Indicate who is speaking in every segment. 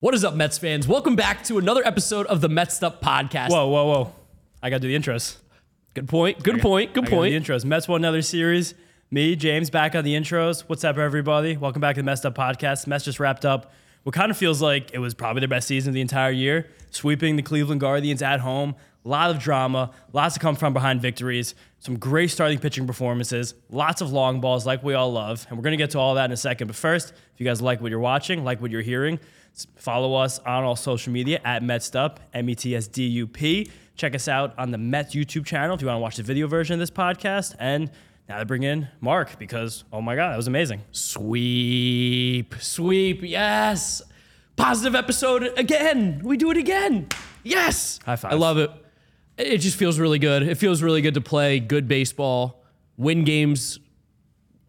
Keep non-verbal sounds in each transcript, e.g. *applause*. Speaker 1: What is up, Mets fans? Welcome back to another episode of the Mets Up Podcast.
Speaker 2: Whoa, whoa, whoa. I got to do the intros.
Speaker 1: Good point. Good point. Good
Speaker 2: I gotta do
Speaker 1: point.
Speaker 2: The intros. Mets won another series. Me, James, back on the intros. What's up, everybody? Welcome back to the Messed Up Podcast. Mets just wrapped up what kind of feels like it was probably their best season of the entire year, sweeping the Cleveland Guardians at home. A lot of drama, lots to come from behind victories, some great starting pitching performances, lots of long balls like we all love. And we're going to get to all that in a second. But first, if you guys like what you're watching, like what you're hearing, s- follow us on all social media at MetsDup, M E T S D U P. Check us out on the Mets YouTube channel if you want to watch the video version of this podcast. And now they bring in Mark because, oh my God, that was amazing.
Speaker 1: Sweep. Sweep. Yes. Positive episode again. We do it again. Yes.
Speaker 2: High five.
Speaker 1: I love it. It just feels really good. It feels really good to play good baseball, win games.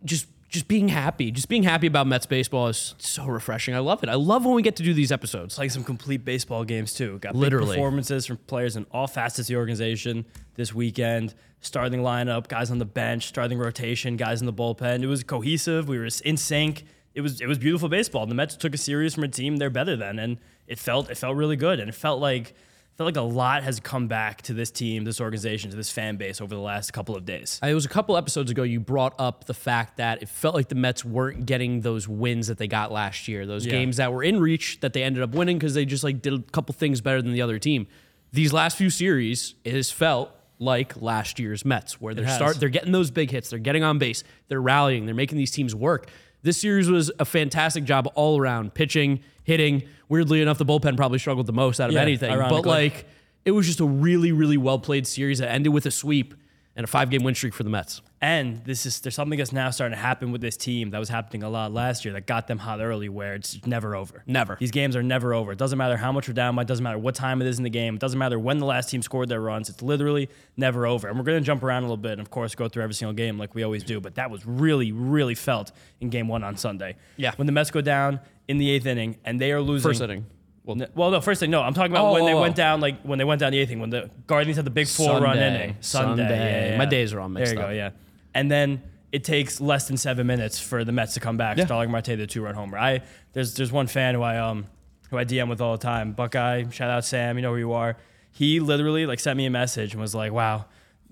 Speaker 1: Just just being happy. Just being happy about Mets baseball is so refreshing. I love it. I love when we get to do these episodes.
Speaker 2: Playing some complete baseball games too. Got
Speaker 1: Literally.
Speaker 2: big performances from players in all facets of the organization this weekend. Starting lineup, guys on the bench, starting rotation, guys in the bullpen. It was cohesive. We were in sync. It was it was beautiful baseball. The Mets took a series from a team they're better than, and it felt it felt really good. And it felt like felt like a lot has come back to this team, this organization, to this fan base over the last couple of days.
Speaker 1: Uh, It was a couple episodes ago you brought up the fact that it felt like the Mets weren't getting those wins that they got last year, those
Speaker 2: Yeah.
Speaker 1: games that were in reach that they ended up winning because they just like did a couple things better than the other team. These last few series, it has felt like last year's Mets, where they're
Speaker 2: has.
Speaker 1: start they're getting those big hits, they're getting on base, they're rallying, they're making these teams work. This series was a fantastic job all around, pitching, hitting. Weirdly enough, the bullpen probably struggled the most out of
Speaker 2: Yeah,
Speaker 1: anything, but
Speaker 2: ironically.
Speaker 1: like like it was just a really, really well played series that ended with a sweep and a five game win streak for the Mets.
Speaker 2: And this is there's something that's now starting to happen with this team that was happening a lot last year that got them hot early where it's never over.
Speaker 1: Never.
Speaker 2: These games are never over. It doesn't matter how much we're down by, it doesn't matter what time it is in the game, it doesn't matter when the last team scored their runs. It's literally never over. And we're gonna jump around a little bit and of course go through every single game like we always do, but that was really, really felt in game one on Sunday.
Speaker 1: Yeah.
Speaker 2: When the Mets go down in the eighth inning and they are losing
Speaker 1: First inning.
Speaker 2: well, well, no. First thing, no. I'm talking about
Speaker 1: Oh,
Speaker 2: when they
Speaker 1: oh, oh.
Speaker 2: went down, like when they went down the eighth inning, when the Guardians had the big four-run
Speaker 1: Sunday.
Speaker 2: inning. Sunday.
Speaker 1: Sunday. My days are all mixed
Speaker 2: There you
Speaker 1: up.
Speaker 2: go. Yeah. And then it takes less than seven minutes for the Mets to come back.
Speaker 1: Yeah.
Speaker 2: Starling Marte, the two-run homer. I there's there's one fan who I um who I DM with all the time. Buckeye, shout out Sam. You know who you are. He literally like sent me a message and was like, "Wow."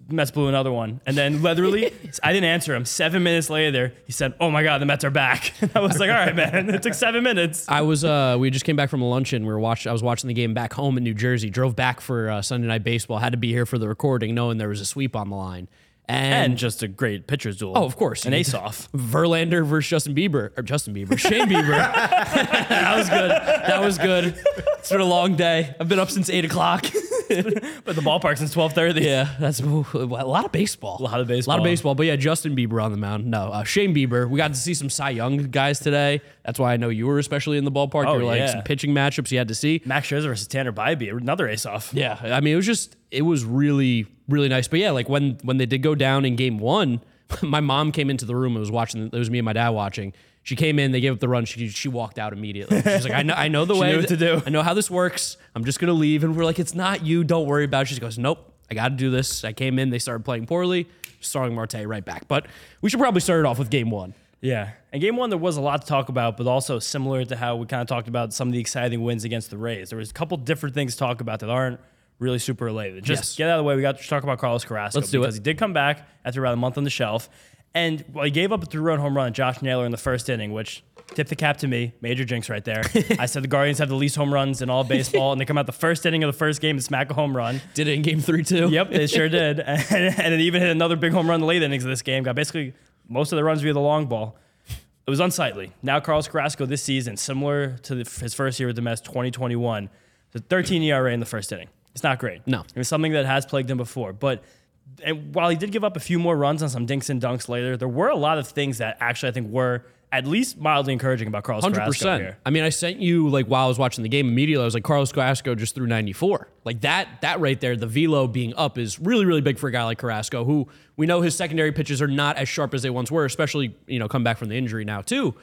Speaker 2: Mets blew another one, and
Speaker 1: *laughs*
Speaker 2: then literally, I didn't answer him. Seven minutes later, he said, "Oh my God, the Mets are back." *laughs* I was like, "All right, man, it took seven minutes."
Speaker 1: I was uh we just came back from a luncheon. We were watching I was watching the game back home in New Jersey, drove back for uh, Sunday night baseball, had to be here for the recording, knowing there was a sweep on the line. And,
Speaker 2: and just a great pitcher's duel.
Speaker 1: Oh, of course.
Speaker 2: an ace off.
Speaker 1: Verlander versus Justin Bieber or Justin Bieber, Shane *laughs* Bieber. that was good. That was good. It's been a long day. I've *laughs* been up since eight o'clock.
Speaker 2: *laughs* But the ballpark since twelve thirty. *laughs*
Speaker 1: Yeah, that's ooh, a lot of baseball. A
Speaker 2: lot of
Speaker 1: A lot
Speaker 2: baseball.
Speaker 1: of baseball. But yeah, Justin Bieber on the mound. No, uh, Shane Bieber. We got to see some Cy Young guys today. That's why I know you were especially in the ballpark.
Speaker 2: Oh,
Speaker 1: there were like
Speaker 2: yeah.
Speaker 1: some pitching matchups you had to see.
Speaker 2: Max Scherzer versus Tanner Bybee, another ace off.
Speaker 1: Yeah, I mean it was just it was really really nice. But yeah, like when when they did go down in game one, *laughs* my mom came into the room and was watching. It was me and my dad watching. She came in, they gave up the run. She she walked out immediately. She's like, I know I know
Speaker 2: *laughs*
Speaker 1: the way
Speaker 2: knew what
Speaker 1: th-
Speaker 2: to do.
Speaker 1: I know how this works. I'm just gonna leave. And we're like, it's not you. Don't worry about it. She goes, nope. I got to do this. I came in. They started playing poorly. Starting Marte right back. But we should probably start it off with game one.
Speaker 2: Yeah. And game one, there was a lot to talk about, but also similar to how we kind of talked about some of the exciting wins against the Rays. There was a couple different things to talk about that aren't really super related. Just
Speaker 1: Yes.
Speaker 2: get out of the way. We got to talk about Carlos Carrasco
Speaker 1: Let's do it.
Speaker 2: because he did come back after about a month on the shelf. And well, he gave up a three-run home run to Josh Naylor in the first inning, which tipped the cap to me. Major jinx
Speaker 1: *laughs*
Speaker 2: right there. I said the Guardians have the least home runs in all baseball, and they come out the first inning of the first game and smack a home run.
Speaker 1: Did it in game three *laughs* too.
Speaker 2: Yep, they sure did. *laughs* And, and it even hit another big home run in the late innings of this game. Got basically most of the runs via the long ball. It was unsightly. Now Carlos Carrasco this season, similar to the, his first year with the Mets, 2021, the 13 ERA E in the first inning. It's not great.
Speaker 1: No.
Speaker 2: It was something that has plagued him before. But and while he did give up a few more runs on some dinks and dunks later, there were a lot of things that actually I think were at least mildly encouraging about Carlos
Speaker 1: Hundred
Speaker 2: Carrasco
Speaker 1: percent.
Speaker 2: here.
Speaker 1: I mean, I sent you like while I was watching the game immediately. I was like, Carlos Carrasco just threw 94. Like that, that right there, the velo being up is really, really big for a guy like Carrasco, who we know his secondary pitches are not as sharp as they once were, especially you know come back from the injury now too.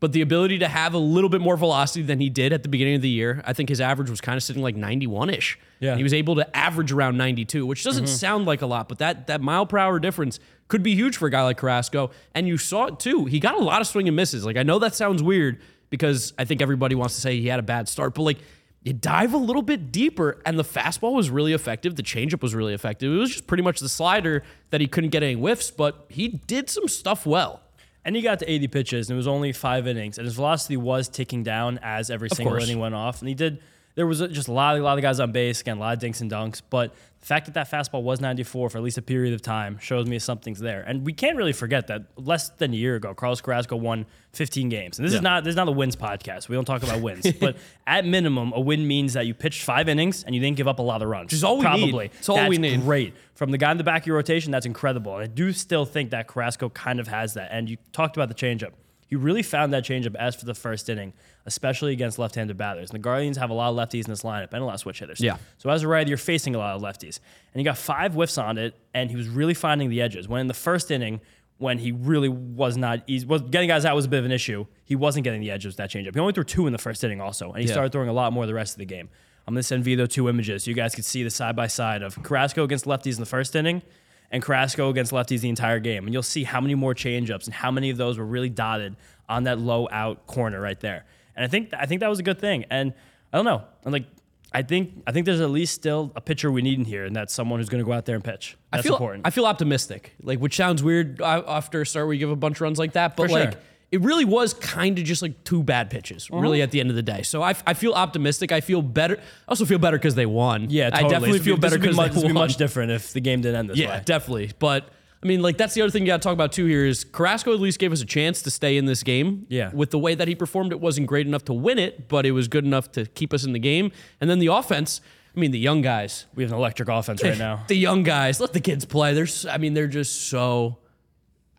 Speaker 1: But the ability to have a little bit more velocity than he did at the beginning of the year, I think his average was kind of sitting like 91 ish.
Speaker 2: Yeah.
Speaker 1: And he was able to average around 92, which doesn't sound like a lot, but that that mile per hour difference could be huge for a guy like Carrasco. And you saw it too. He got a lot of swing and misses. Like I know that sounds weird because I think everybody wants to say he had a bad start, but like you dive a little bit deeper, and the fastball was really effective. The changeup was really effective. It was just pretty much the slider that he couldn't get any whiffs, but he did some stuff well.
Speaker 2: And he got to 80 pitches, and it was only five innings, and his velocity was ticking down as every single
Speaker 1: course.
Speaker 2: inning went off. And he did. There was just a lot, a lot of guys on base, again, a lot of dinks and dunks. But the fact that that fastball was 94 for at least a period of time shows me something's there. And we can't really forget that less than a year ago, Carlos Carrasco won 15 games. And this is not this is not a wins podcast. We don't talk about wins, *laughs* but at minimum, a win means that you pitched five innings and you didn't give up a lot of runs. Which
Speaker 1: is all we need.
Speaker 2: probably.
Speaker 1: It's all we
Speaker 2: That's
Speaker 1: need.
Speaker 2: great. From the guy in the back of your rotation, that's incredible. And I do still think that Carrasco kind of has that. And you talked about the changeup. He really found that changeup as for the first inning, especially against left-handed batters. And the Guardians have a lot of lefties in this lineup and a lot of switch hitters.
Speaker 1: Yeah.
Speaker 2: So as a righty, you're facing a lot of lefties. And he got five whiffs on it, and he was really finding the edges. When in the first inning, when he really was not easy, was getting guys out was a bit of an issue. He wasn't getting the edges with that changeup. He only threw two in the first inning, also, and he
Speaker 1: Yeah.
Speaker 2: started throwing a lot more the rest of the game. I'm gonna send Vito two images so you guys could see the side by side of Carrasco against lefties in the first inning and Carrasco against lefties the entire game. And you'll see how many more changeups and how many of those were really dotted on that low out corner right there. And I think I think that was a good thing. And I don't know. I'm like I think I think there's at least still a pitcher we need in here, and that's someone who's gonna go out there and pitch.
Speaker 1: I
Speaker 2: That's
Speaker 1: feel,
Speaker 2: important.
Speaker 1: I feel optimistic, like which sounds weird uh, after a start where you give a bunch of runs like that, but
Speaker 2: For sure. Uh-huh.
Speaker 1: like it really was kind of just like two bad pitches, really at the end of the day. So I, f- I feel optimistic. I feel better. I also feel better because they won.
Speaker 2: yeah, totally.
Speaker 1: I definitely
Speaker 2: This
Speaker 1: feel
Speaker 2: would be-
Speaker 1: better
Speaker 2: this would be
Speaker 1: because
Speaker 2: much-
Speaker 1: they
Speaker 2: this would
Speaker 1: won.
Speaker 2: be much different if the game didn't end this
Speaker 1: yeah,
Speaker 2: way.
Speaker 1: definitely. But I mean, like that's the other thing you got to talk about too here is Carrasco at least gave us a chance to stay in this game.
Speaker 2: Yeah.
Speaker 1: With the way that he performed, it wasn't great enough to win it, but it was good enough to keep us in the game. And then the offense. I mean, the young guys.
Speaker 2: We have an electric offense
Speaker 1: *laughs*
Speaker 2: right now.
Speaker 1: The young guys, let the kids play. They're, s- I mean, they're just so.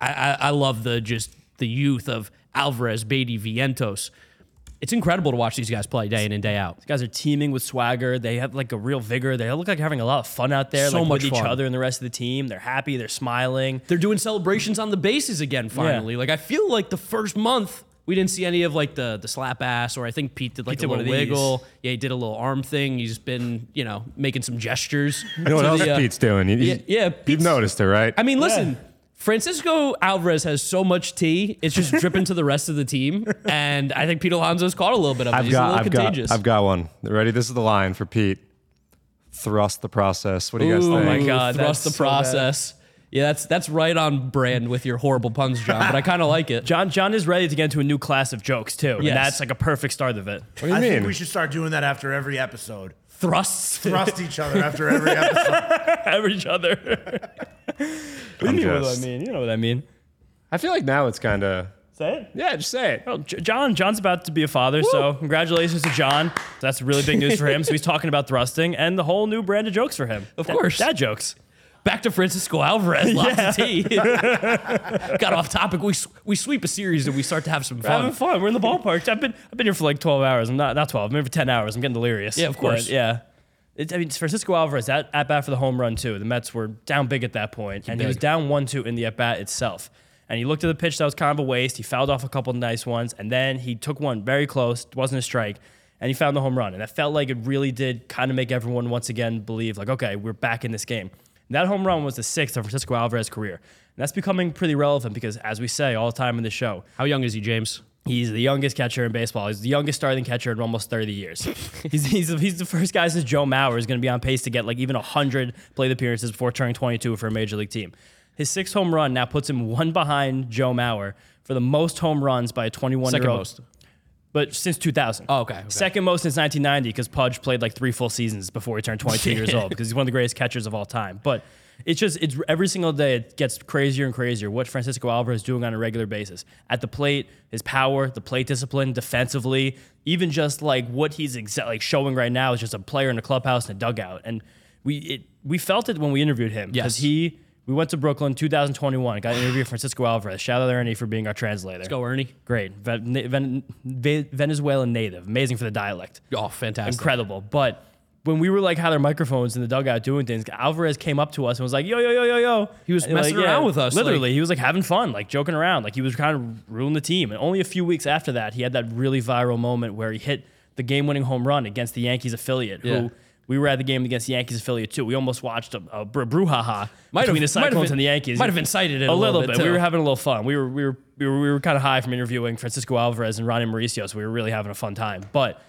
Speaker 1: I, I, I love the just the youth of Alvarez, Beatty, Vientos. It's incredible to watch these guys play day in and day out.
Speaker 2: These guys are teaming with swagger. They have like a real vigor. They look like they're having a lot of fun out there,
Speaker 1: So
Speaker 2: like
Speaker 1: much
Speaker 2: with each
Speaker 1: fun.
Speaker 2: other and the rest of the team. They're happy. They're smiling.
Speaker 1: They're doing celebrations on the bases again. Finally, like I feel like the first month we didn't see any of like the the slap ass, or I think Pete did like
Speaker 2: did
Speaker 1: a
Speaker 2: one
Speaker 1: little
Speaker 2: of these.
Speaker 1: wiggle. Yeah, he did a little arm thing. He's been you know making some gestures.
Speaker 3: You know what
Speaker 1: to
Speaker 3: else
Speaker 1: the, uh,
Speaker 3: Pete's doing? You,
Speaker 1: yeah,
Speaker 3: you-
Speaker 1: yeah,
Speaker 3: you've
Speaker 1: Pete's-
Speaker 3: noticed it, right?
Speaker 1: I mean, listen, Francisco Alvarez has so much tea; it's
Speaker 3: *laughs*
Speaker 1: just dripping to the rest of the team. And I think Pete Alonso's caught a little bit of it.
Speaker 3: I've
Speaker 1: He's a
Speaker 3: got,
Speaker 1: little
Speaker 3: I've
Speaker 1: contagious.
Speaker 3: got, I've got one. Ready? This is the line for Pete. Thrust the process. What do you guys
Speaker 1: Ooh,
Speaker 3: think?
Speaker 2: my God,
Speaker 1: thrust
Speaker 2: that's
Speaker 1: the
Speaker 2: so bad.
Speaker 1: process. yeah, that's that's right on brand with your horrible puns, John. But I kind of like
Speaker 3: *laughs*
Speaker 1: it.
Speaker 2: John John is ready to get into a new class of jokes too,
Speaker 1: Yes.
Speaker 2: and that's like a perfect start of it. *laughs*
Speaker 3: What do you
Speaker 4: I
Speaker 3: mean?
Speaker 4: think we should start doing that after every episode.
Speaker 1: Thrusts.
Speaker 4: Thrust each other after every episode.
Speaker 2: Have each other. what do you
Speaker 3: I'm
Speaker 2: mean? What
Speaker 3: just-
Speaker 2: do I mean? You know what I mean?
Speaker 3: I feel like now it's kind of
Speaker 2: Say it.
Speaker 3: yeah. Just say it.
Speaker 2: Well, J- John, John's about to be a father, so congratulations to John. That's really big news for him. So he's talking about thrusting and the whole new brand of jokes for him.
Speaker 1: Of
Speaker 2: Dad-
Speaker 1: course.
Speaker 2: dad jokes.
Speaker 1: Back to Francisco Alvarez. Lots of
Speaker 3: *laughs*
Speaker 1: tea. *laughs* got off topic. We s- we sweep a series and we start to have some
Speaker 2: We're having
Speaker 1: fun.
Speaker 2: fun. We're in the ballpark. I've been I've been here for like twelve hours. I'm not not twelve. I'm here for ten hours. I'm getting delirious.
Speaker 1: Yeah, of
Speaker 2: But,
Speaker 1: course.
Speaker 2: yeah. It's, I mean, it's Francisco Alvarez at, at bat for the home run too. The Mets were down big at that point, and he was
Speaker 1: big.
Speaker 2: down one two in the at bat itself. And he looked at the pitch that was kind of a waste. He fouled off a couple nice ones, and then he took one very close. It wasn't a strike, and he found the home run. And that felt like it really did kind of make everyone once again believe, like, okay, we're back in this game. And that home run was the sixth of Francisco Alvarez's career. And that's becoming pretty relevant because, as we say all the time in the show,
Speaker 1: How young is he, James?
Speaker 2: He's the youngest catcher in baseball. He's the youngest starting catcher in almost 30
Speaker 1: *laughs*
Speaker 2: years. he's, he's, he's the first guy since Joe Mauer is going to be on pace to get like even 100 plate appearances before turning 22 for a major league team. His sixth home run now puts him one behind Joe Mauer for the most home runs by a 21
Speaker 1: Second
Speaker 2: year old.
Speaker 1: most.
Speaker 2: But since 2000.
Speaker 1: Oh, okay, okay.
Speaker 2: Second most since 1990 because Pudge played like three full seasons before he turned
Speaker 1: *laughs*
Speaker 2: 22 years old because he's one of the greatest catchers of all time. But it's just it's every single day it gets crazier and crazier what Francisco Alvarez is doing on a regular basis at the plate, his power, the plate discipline, defensively, even just like what he's exa- like showing right now is just a player in a clubhouse and a dugout. And we it we felt it when we interviewed him
Speaker 1: Yes.
Speaker 2: because he. We went to Brooklyn 2021, got an interview with Francisco Alvarez. Shout out to Ernie for being our translator.
Speaker 1: Let's go, Ernie.
Speaker 2: Great. Ven- Ven- Ve- Venezuelan native. Amazing for the dialect.
Speaker 1: Oh, fantastic.
Speaker 2: Incredible. But when we were like had our microphones in the dugout doing things, Alvarez came up to us and was like, yo, yo, yo, yo, yo.
Speaker 1: He was
Speaker 2: And,
Speaker 1: messing around with us,
Speaker 2: Literally, he was like having fun, like joking around. Like he was trying to ruin the team. And only a few weeks after that, he had that really viral moment where he hit the game winning home run against the Yankees affiliate,
Speaker 1: Yeah.
Speaker 2: who we were at the game against the Yankees affiliate too. We almost watched a, a br- brouhaha
Speaker 1: Might have-
Speaker 2: between the
Speaker 1: might have
Speaker 2: Cyclones
Speaker 1: been-
Speaker 2: and the Yankees.
Speaker 1: might have incited it a little bit,
Speaker 2: We
Speaker 1: too.
Speaker 2: were having a little fun. We were we were we were, we were kind of high from interviewing Francisco Alvarez and Ronnie Mauricio, so we were really having a fun time. But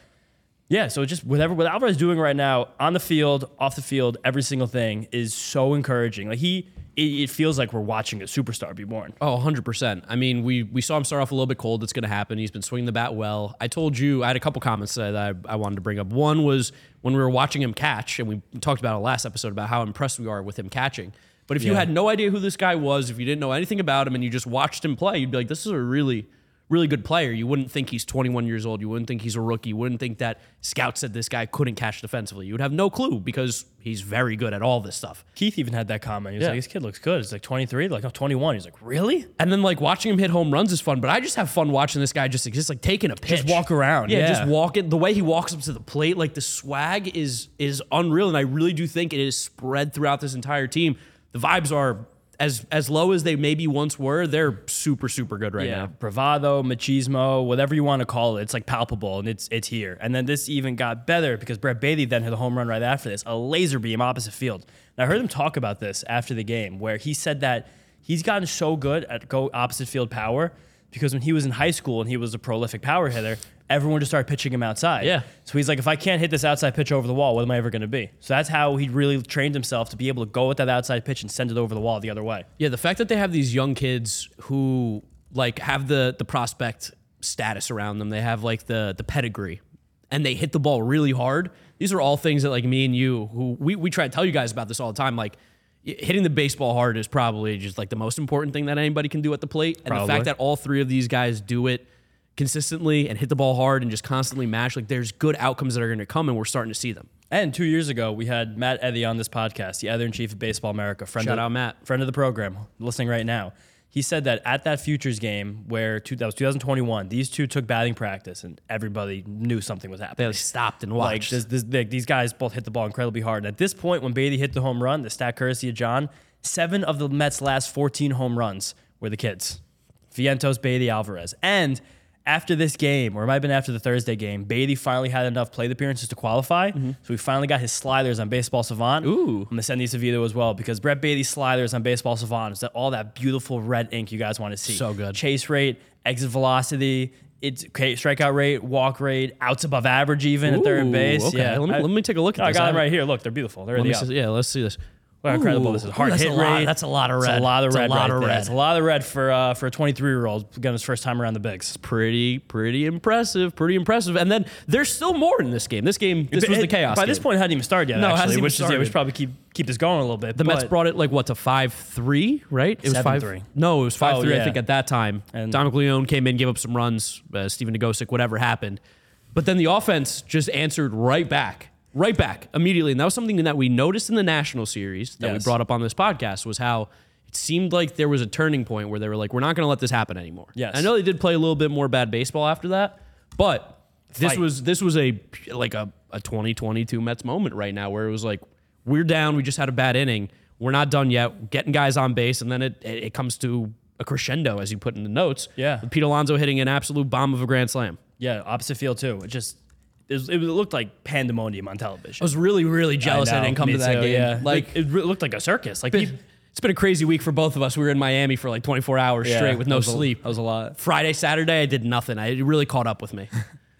Speaker 2: yeah, so just whatever what Alvarez is doing right now on the field, off the field, every single thing is so encouraging. Like he, it, it feels like we're watching a superstar be born.
Speaker 1: Oh, 100%. I mean, we, we saw him start off a little bit cold. That's going to happen. He's been swinging the bat well. I told you, I had a couple comments that I, I wanted to bring up. One was when we were watching him catch, and we talked about it last episode about how impressed we are with him catching. But if you had no idea who this guy was, if you didn't know anything about him and you just watched him play, you'd be like, this is a really, really good player. You wouldn't think he's 21 years old. You wouldn't think he's a rookie. You wouldn't think that scouts said this guy couldn't catch defensively. You would have no clue because he's very good at all this stuff.
Speaker 2: Keith even had that comment. He was
Speaker 1: Yeah.
Speaker 2: like, "This kid looks good." It's like 23, like no, 21. He's like, "Really?"
Speaker 1: And then like watching him hit home runs is fun, but I just have fun watching this guy just exist, like taking a pitch,
Speaker 2: Just walk around,
Speaker 1: Yeah,
Speaker 2: yeah.
Speaker 1: just walking. The way he walks up to the plate, like the swag is is unreal, and I really do think it is spread throughout this entire team. The vibes are as as low as they maybe once were. They're super super good right
Speaker 2: yeah,
Speaker 1: now.
Speaker 2: bravado, machismo, whatever you want to call it, it's like palpable and it's it's here. And then this even got better because Brett Beatty then hit a home run right after this, a laser beam opposite field. And I heard him talk about this after the game, where he said that he's gotten so good at go opposite field power because when he was in high school and he was a prolific power hitter, everyone just started pitching him outside.
Speaker 1: Yeah.
Speaker 2: So he's like, if I can't hit this outside pitch over the wall, what am I ever going to be? So that's how he really trained himself to be able to go with that outside pitch and send it over the wall the other way.
Speaker 1: Yeah, the fact that they have these young kids who like have the the prospect status around them, they have like the the pedigree, and they hit the ball really hard. These are all things that like me and you, who we we try to tell you guys about this all the time, like. y- Hitting the baseball hard is probably just like the most important thing that anybody can do at the plate. And the
Speaker 2: Probably.
Speaker 1: fact that all three of these guys do it consistently and hit the ball hard and just constantly mash, like there's good outcomes that are going to come, and we're starting to see them.
Speaker 2: And two years ago, we had Matt Eddy on this podcast, the editor in chief of Baseball America, friend
Speaker 1: Shout
Speaker 2: of,
Speaker 1: out Matt.
Speaker 2: friend of the program, listening right now. He said that at that futures game where two, that was 2021, these two took batting practice, and everybody knew something was happening.
Speaker 1: They like, stopped and
Speaker 2: Like
Speaker 1: watched.
Speaker 2: this, this, like, these guys both hit the ball incredibly hard. And at this point, when Beatty hit the home run, the stat courtesy of John, seven of the Mets' last 14 home runs were the kids. Vientos, Beatty, Alvarez. And after this game, or it might have been after the Thursday game, Beatty finally had enough plate appearances to qualify. So we finally got his sliders on Baseball Savant.
Speaker 1: Mm-hmm. Ooh.
Speaker 2: I'm going to send these to Vito as well because Brett Beatty's sliders on Baseball Savant is that all that beautiful red ink you guys want to see.
Speaker 1: So good.
Speaker 2: Chase rate, exit velocity, it's okay, strikeout rate, walk rate, outs above average even at third
Speaker 1: Ooh,
Speaker 2: base.
Speaker 1: okay.
Speaker 2: Yeah,
Speaker 1: Let me-
Speaker 2: I-
Speaker 1: let me take a look at
Speaker 2: I
Speaker 1: this.
Speaker 2: got
Speaker 1: I
Speaker 2: them
Speaker 1: haven't-
Speaker 2: right here. Look, they're beautiful. They're
Speaker 1: Let me
Speaker 2: the
Speaker 1: see- yeah, let's see this.
Speaker 2: Look how incredible this is.
Speaker 1: Ooh,
Speaker 2: Hard
Speaker 1: that's
Speaker 2: hit
Speaker 1: a lot-
Speaker 2: rate.
Speaker 1: that's a lot of red.
Speaker 2: It's a lot of
Speaker 1: That's a
Speaker 2: red.
Speaker 1: lot
Speaker 2: right
Speaker 1: of
Speaker 2: there.
Speaker 1: red.
Speaker 2: It's a lot of red for uh, for a 23 year old getting his first time around the bigs.
Speaker 1: pretty pretty impressive, pretty impressive. And then there's still more in this game. This game, this was the
Speaker 2: It-
Speaker 1: chaos.
Speaker 2: By this
Speaker 1: game.
Speaker 2: point, it hadn't even started yet.
Speaker 1: No, it
Speaker 2: actually,
Speaker 1: hasn't even
Speaker 2: which is yeah, we
Speaker 1: started.
Speaker 2: should probably keep keep this going a little bit.
Speaker 1: the Mets
Speaker 2: but-
Speaker 1: brought it like what to five three, right? It was five
Speaker 2: 7-3.
Speaker 1: No, it was five three. I
Speaker 2: Oh, yeah.
Speaker 1: think at that time,
Speaker 2: And-
Speaker 1: Dominic Leone came in, gave up some runs. Uh, Steven Nagosic, whatever happened, but then the offense just answered right back, right back immediately. And that was something that we noticed in the National Series that we
Speaker 2: Yes.
Speaker 1: brought up on this podcast was how. It seemed like there was a turning point where they were like, "We're not going to let this happen anymore."
Speaker 2: Yes.
Speaker 1: I know they did play a little bit more bad baseball after that, but this
Speaker 2: Fight.
Speaker 1: was this was a like a, a 2022 Mets moment right now where it was like we're down, we just had a bad inning, we're not done yet, We're getting guys on base, and then it it, it comes to a crescendo as you put in the notes.
Speaker 2: Yeah.
Speaker 1: with Pete Alonso hitting an absolute bomb of a grand slam.
Speaker 2: Yeah, opposite field too. It just it, was, it looked like pandemonium on television.
Speaker 1: I was really really jealous I,
Speaker 2: know,
Speaker 1: didn't come
Speaker 2: me
Speaker 1: to that
Speaker 2: too,
Speaker 1: game.
Speaker 2: yeah.
Speaker 1: Like
Speaker 2: it, re- looked like a circus. Like
Speaker 1: been- it's been a crazy week for both of us. We were in Miami for like 24 hours
Speaker 2: Yeah,
Speaker 1: straight with no
Speaker 2: that was a-
Speaker 1: sleep.
Speaker 2: that was a lot.
Speaker 1: Friday, Saturday, I did nothing. I it really caught up with me.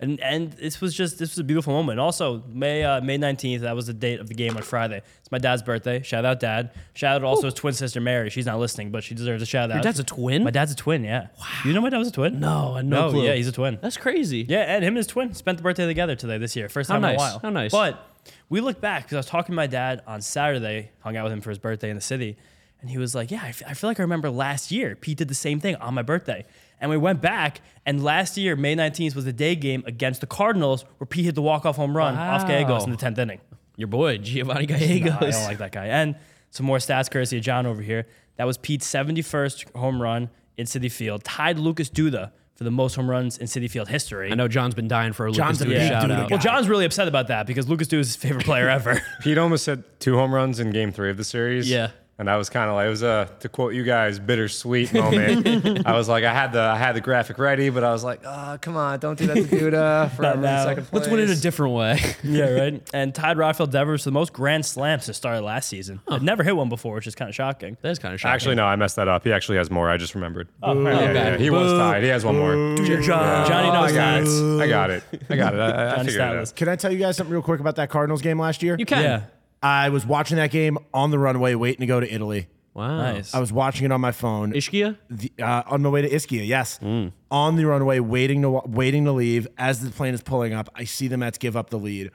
Speaker 2: And and this was just this was a beautiful moment. Also, May uh, May nineteenth, that was the date of the game on Friday. It's my dad's birthday. Shout out, dad. Shout out also his twin sister Mary. She's not listening, but she deserves a shout out. Your
Speaker 1: dad's a twin?
Speaker 2: My dad's a twin. Yeah. Wow. You know my dad was a twin?
Speaker 1: No, I had no,
Speaker 2: No,
Speaker 1: clue.
Speaker 2: yeah, he's a twin.
Speaker 1: That's crazy.
Speaker 2: Yeah, and him and his twin spent the birthday together today this year. First
Speaker 1: How
Speaker 2: time in
Speaker 1: nice,
Speaker 2: a while.
Speaker 1: how nice.
Speaker 2: But we look back because I was talking to my dad on Saturday, hung out with him for his birthday in the city. And he was like, Yeah, I f- I feel like I remember last year Pete did the same thing on my birthday. And we went back, and last year, May 19th, was the day game against the Cardinals where Pete hit the walk off home run off Gallegos in the 10th inning.
Speaker 1: Your boy Giovanni
Speaker 2: No,
Speaker 1: Gallegos.
Speaker 2: I don't like that guy. And some more stats courtesy of John over here. That was Pete's 71st home run in City Field, tied Lucas Duda for the most home runs in City Field history.
Speaker 1: *laughs* I know John's been dying for a Lucas
Speaker 4: John's a
Speaker 1: Duda
Speaker 4: big
Speaker 1: shout
Speaker 4: dude
Speaker 1: out.
Speaker 4: guy.
Speaker 2: Well, John's really *laughs* upset about that because Lucas Dude is his favorite player ever.
Speaker 3: Pete almost hit two home runs in game three of the series.
Speaker 1: Yeah.
Speaker 3: And that was kind of like it was a to quote you guys bittersweet moment. I was like I had the I had the graphic ready, but I was like, oh, come on, don't do that to Duda forever in
Speaker 2: now.
Speaker 3: second place.
Speaker 1: Let's win it a different way.
Speaker 2: yeah, right. *laughs* And tied Rafael Devers for the most grand slams to start last season. I've never hit one before, which is kind of shocking.
Speaker 1: That's kind of shocking.
Speaker 3: Actually, no, I messed that up. He actually has more. I just remembered. yeah, yeah,
Speaker 1: okay.
Speaker 3: yeah. He was tied. He has one more.
Speaker 2: your job. Johnny
Speaker 3: Oh, I
Speaker 2: knows
Speaker 3: got
Speaker 2: that.
Speaker 3: it. I got it. I got it. I, I
Speaker 2: Johnny
Speaker 3: figured it out.
Speaker 2: Statless.
Speaker 4: *laughs* Can I tell you guys something real quick about that Cardinals game last year?
Speaker 1: you can.
Speaker 2: *laughs* Yeah.
Speaker 4: I was watching that game on the runway, waiting to go to Italy.
Speaker 1: Wow. Uh,
Speaker 2: Nice.
Speaker 4: I was watching it on my phone.
Speaker 1: Ischia.
Speaker 4: the, uh, on my way to Ischia, yes,
Speaker 1: Mm.
Speaker 4: on the runway, waiting to waiting to leave. As the plane is pulling up, I see the Mets give up the lead.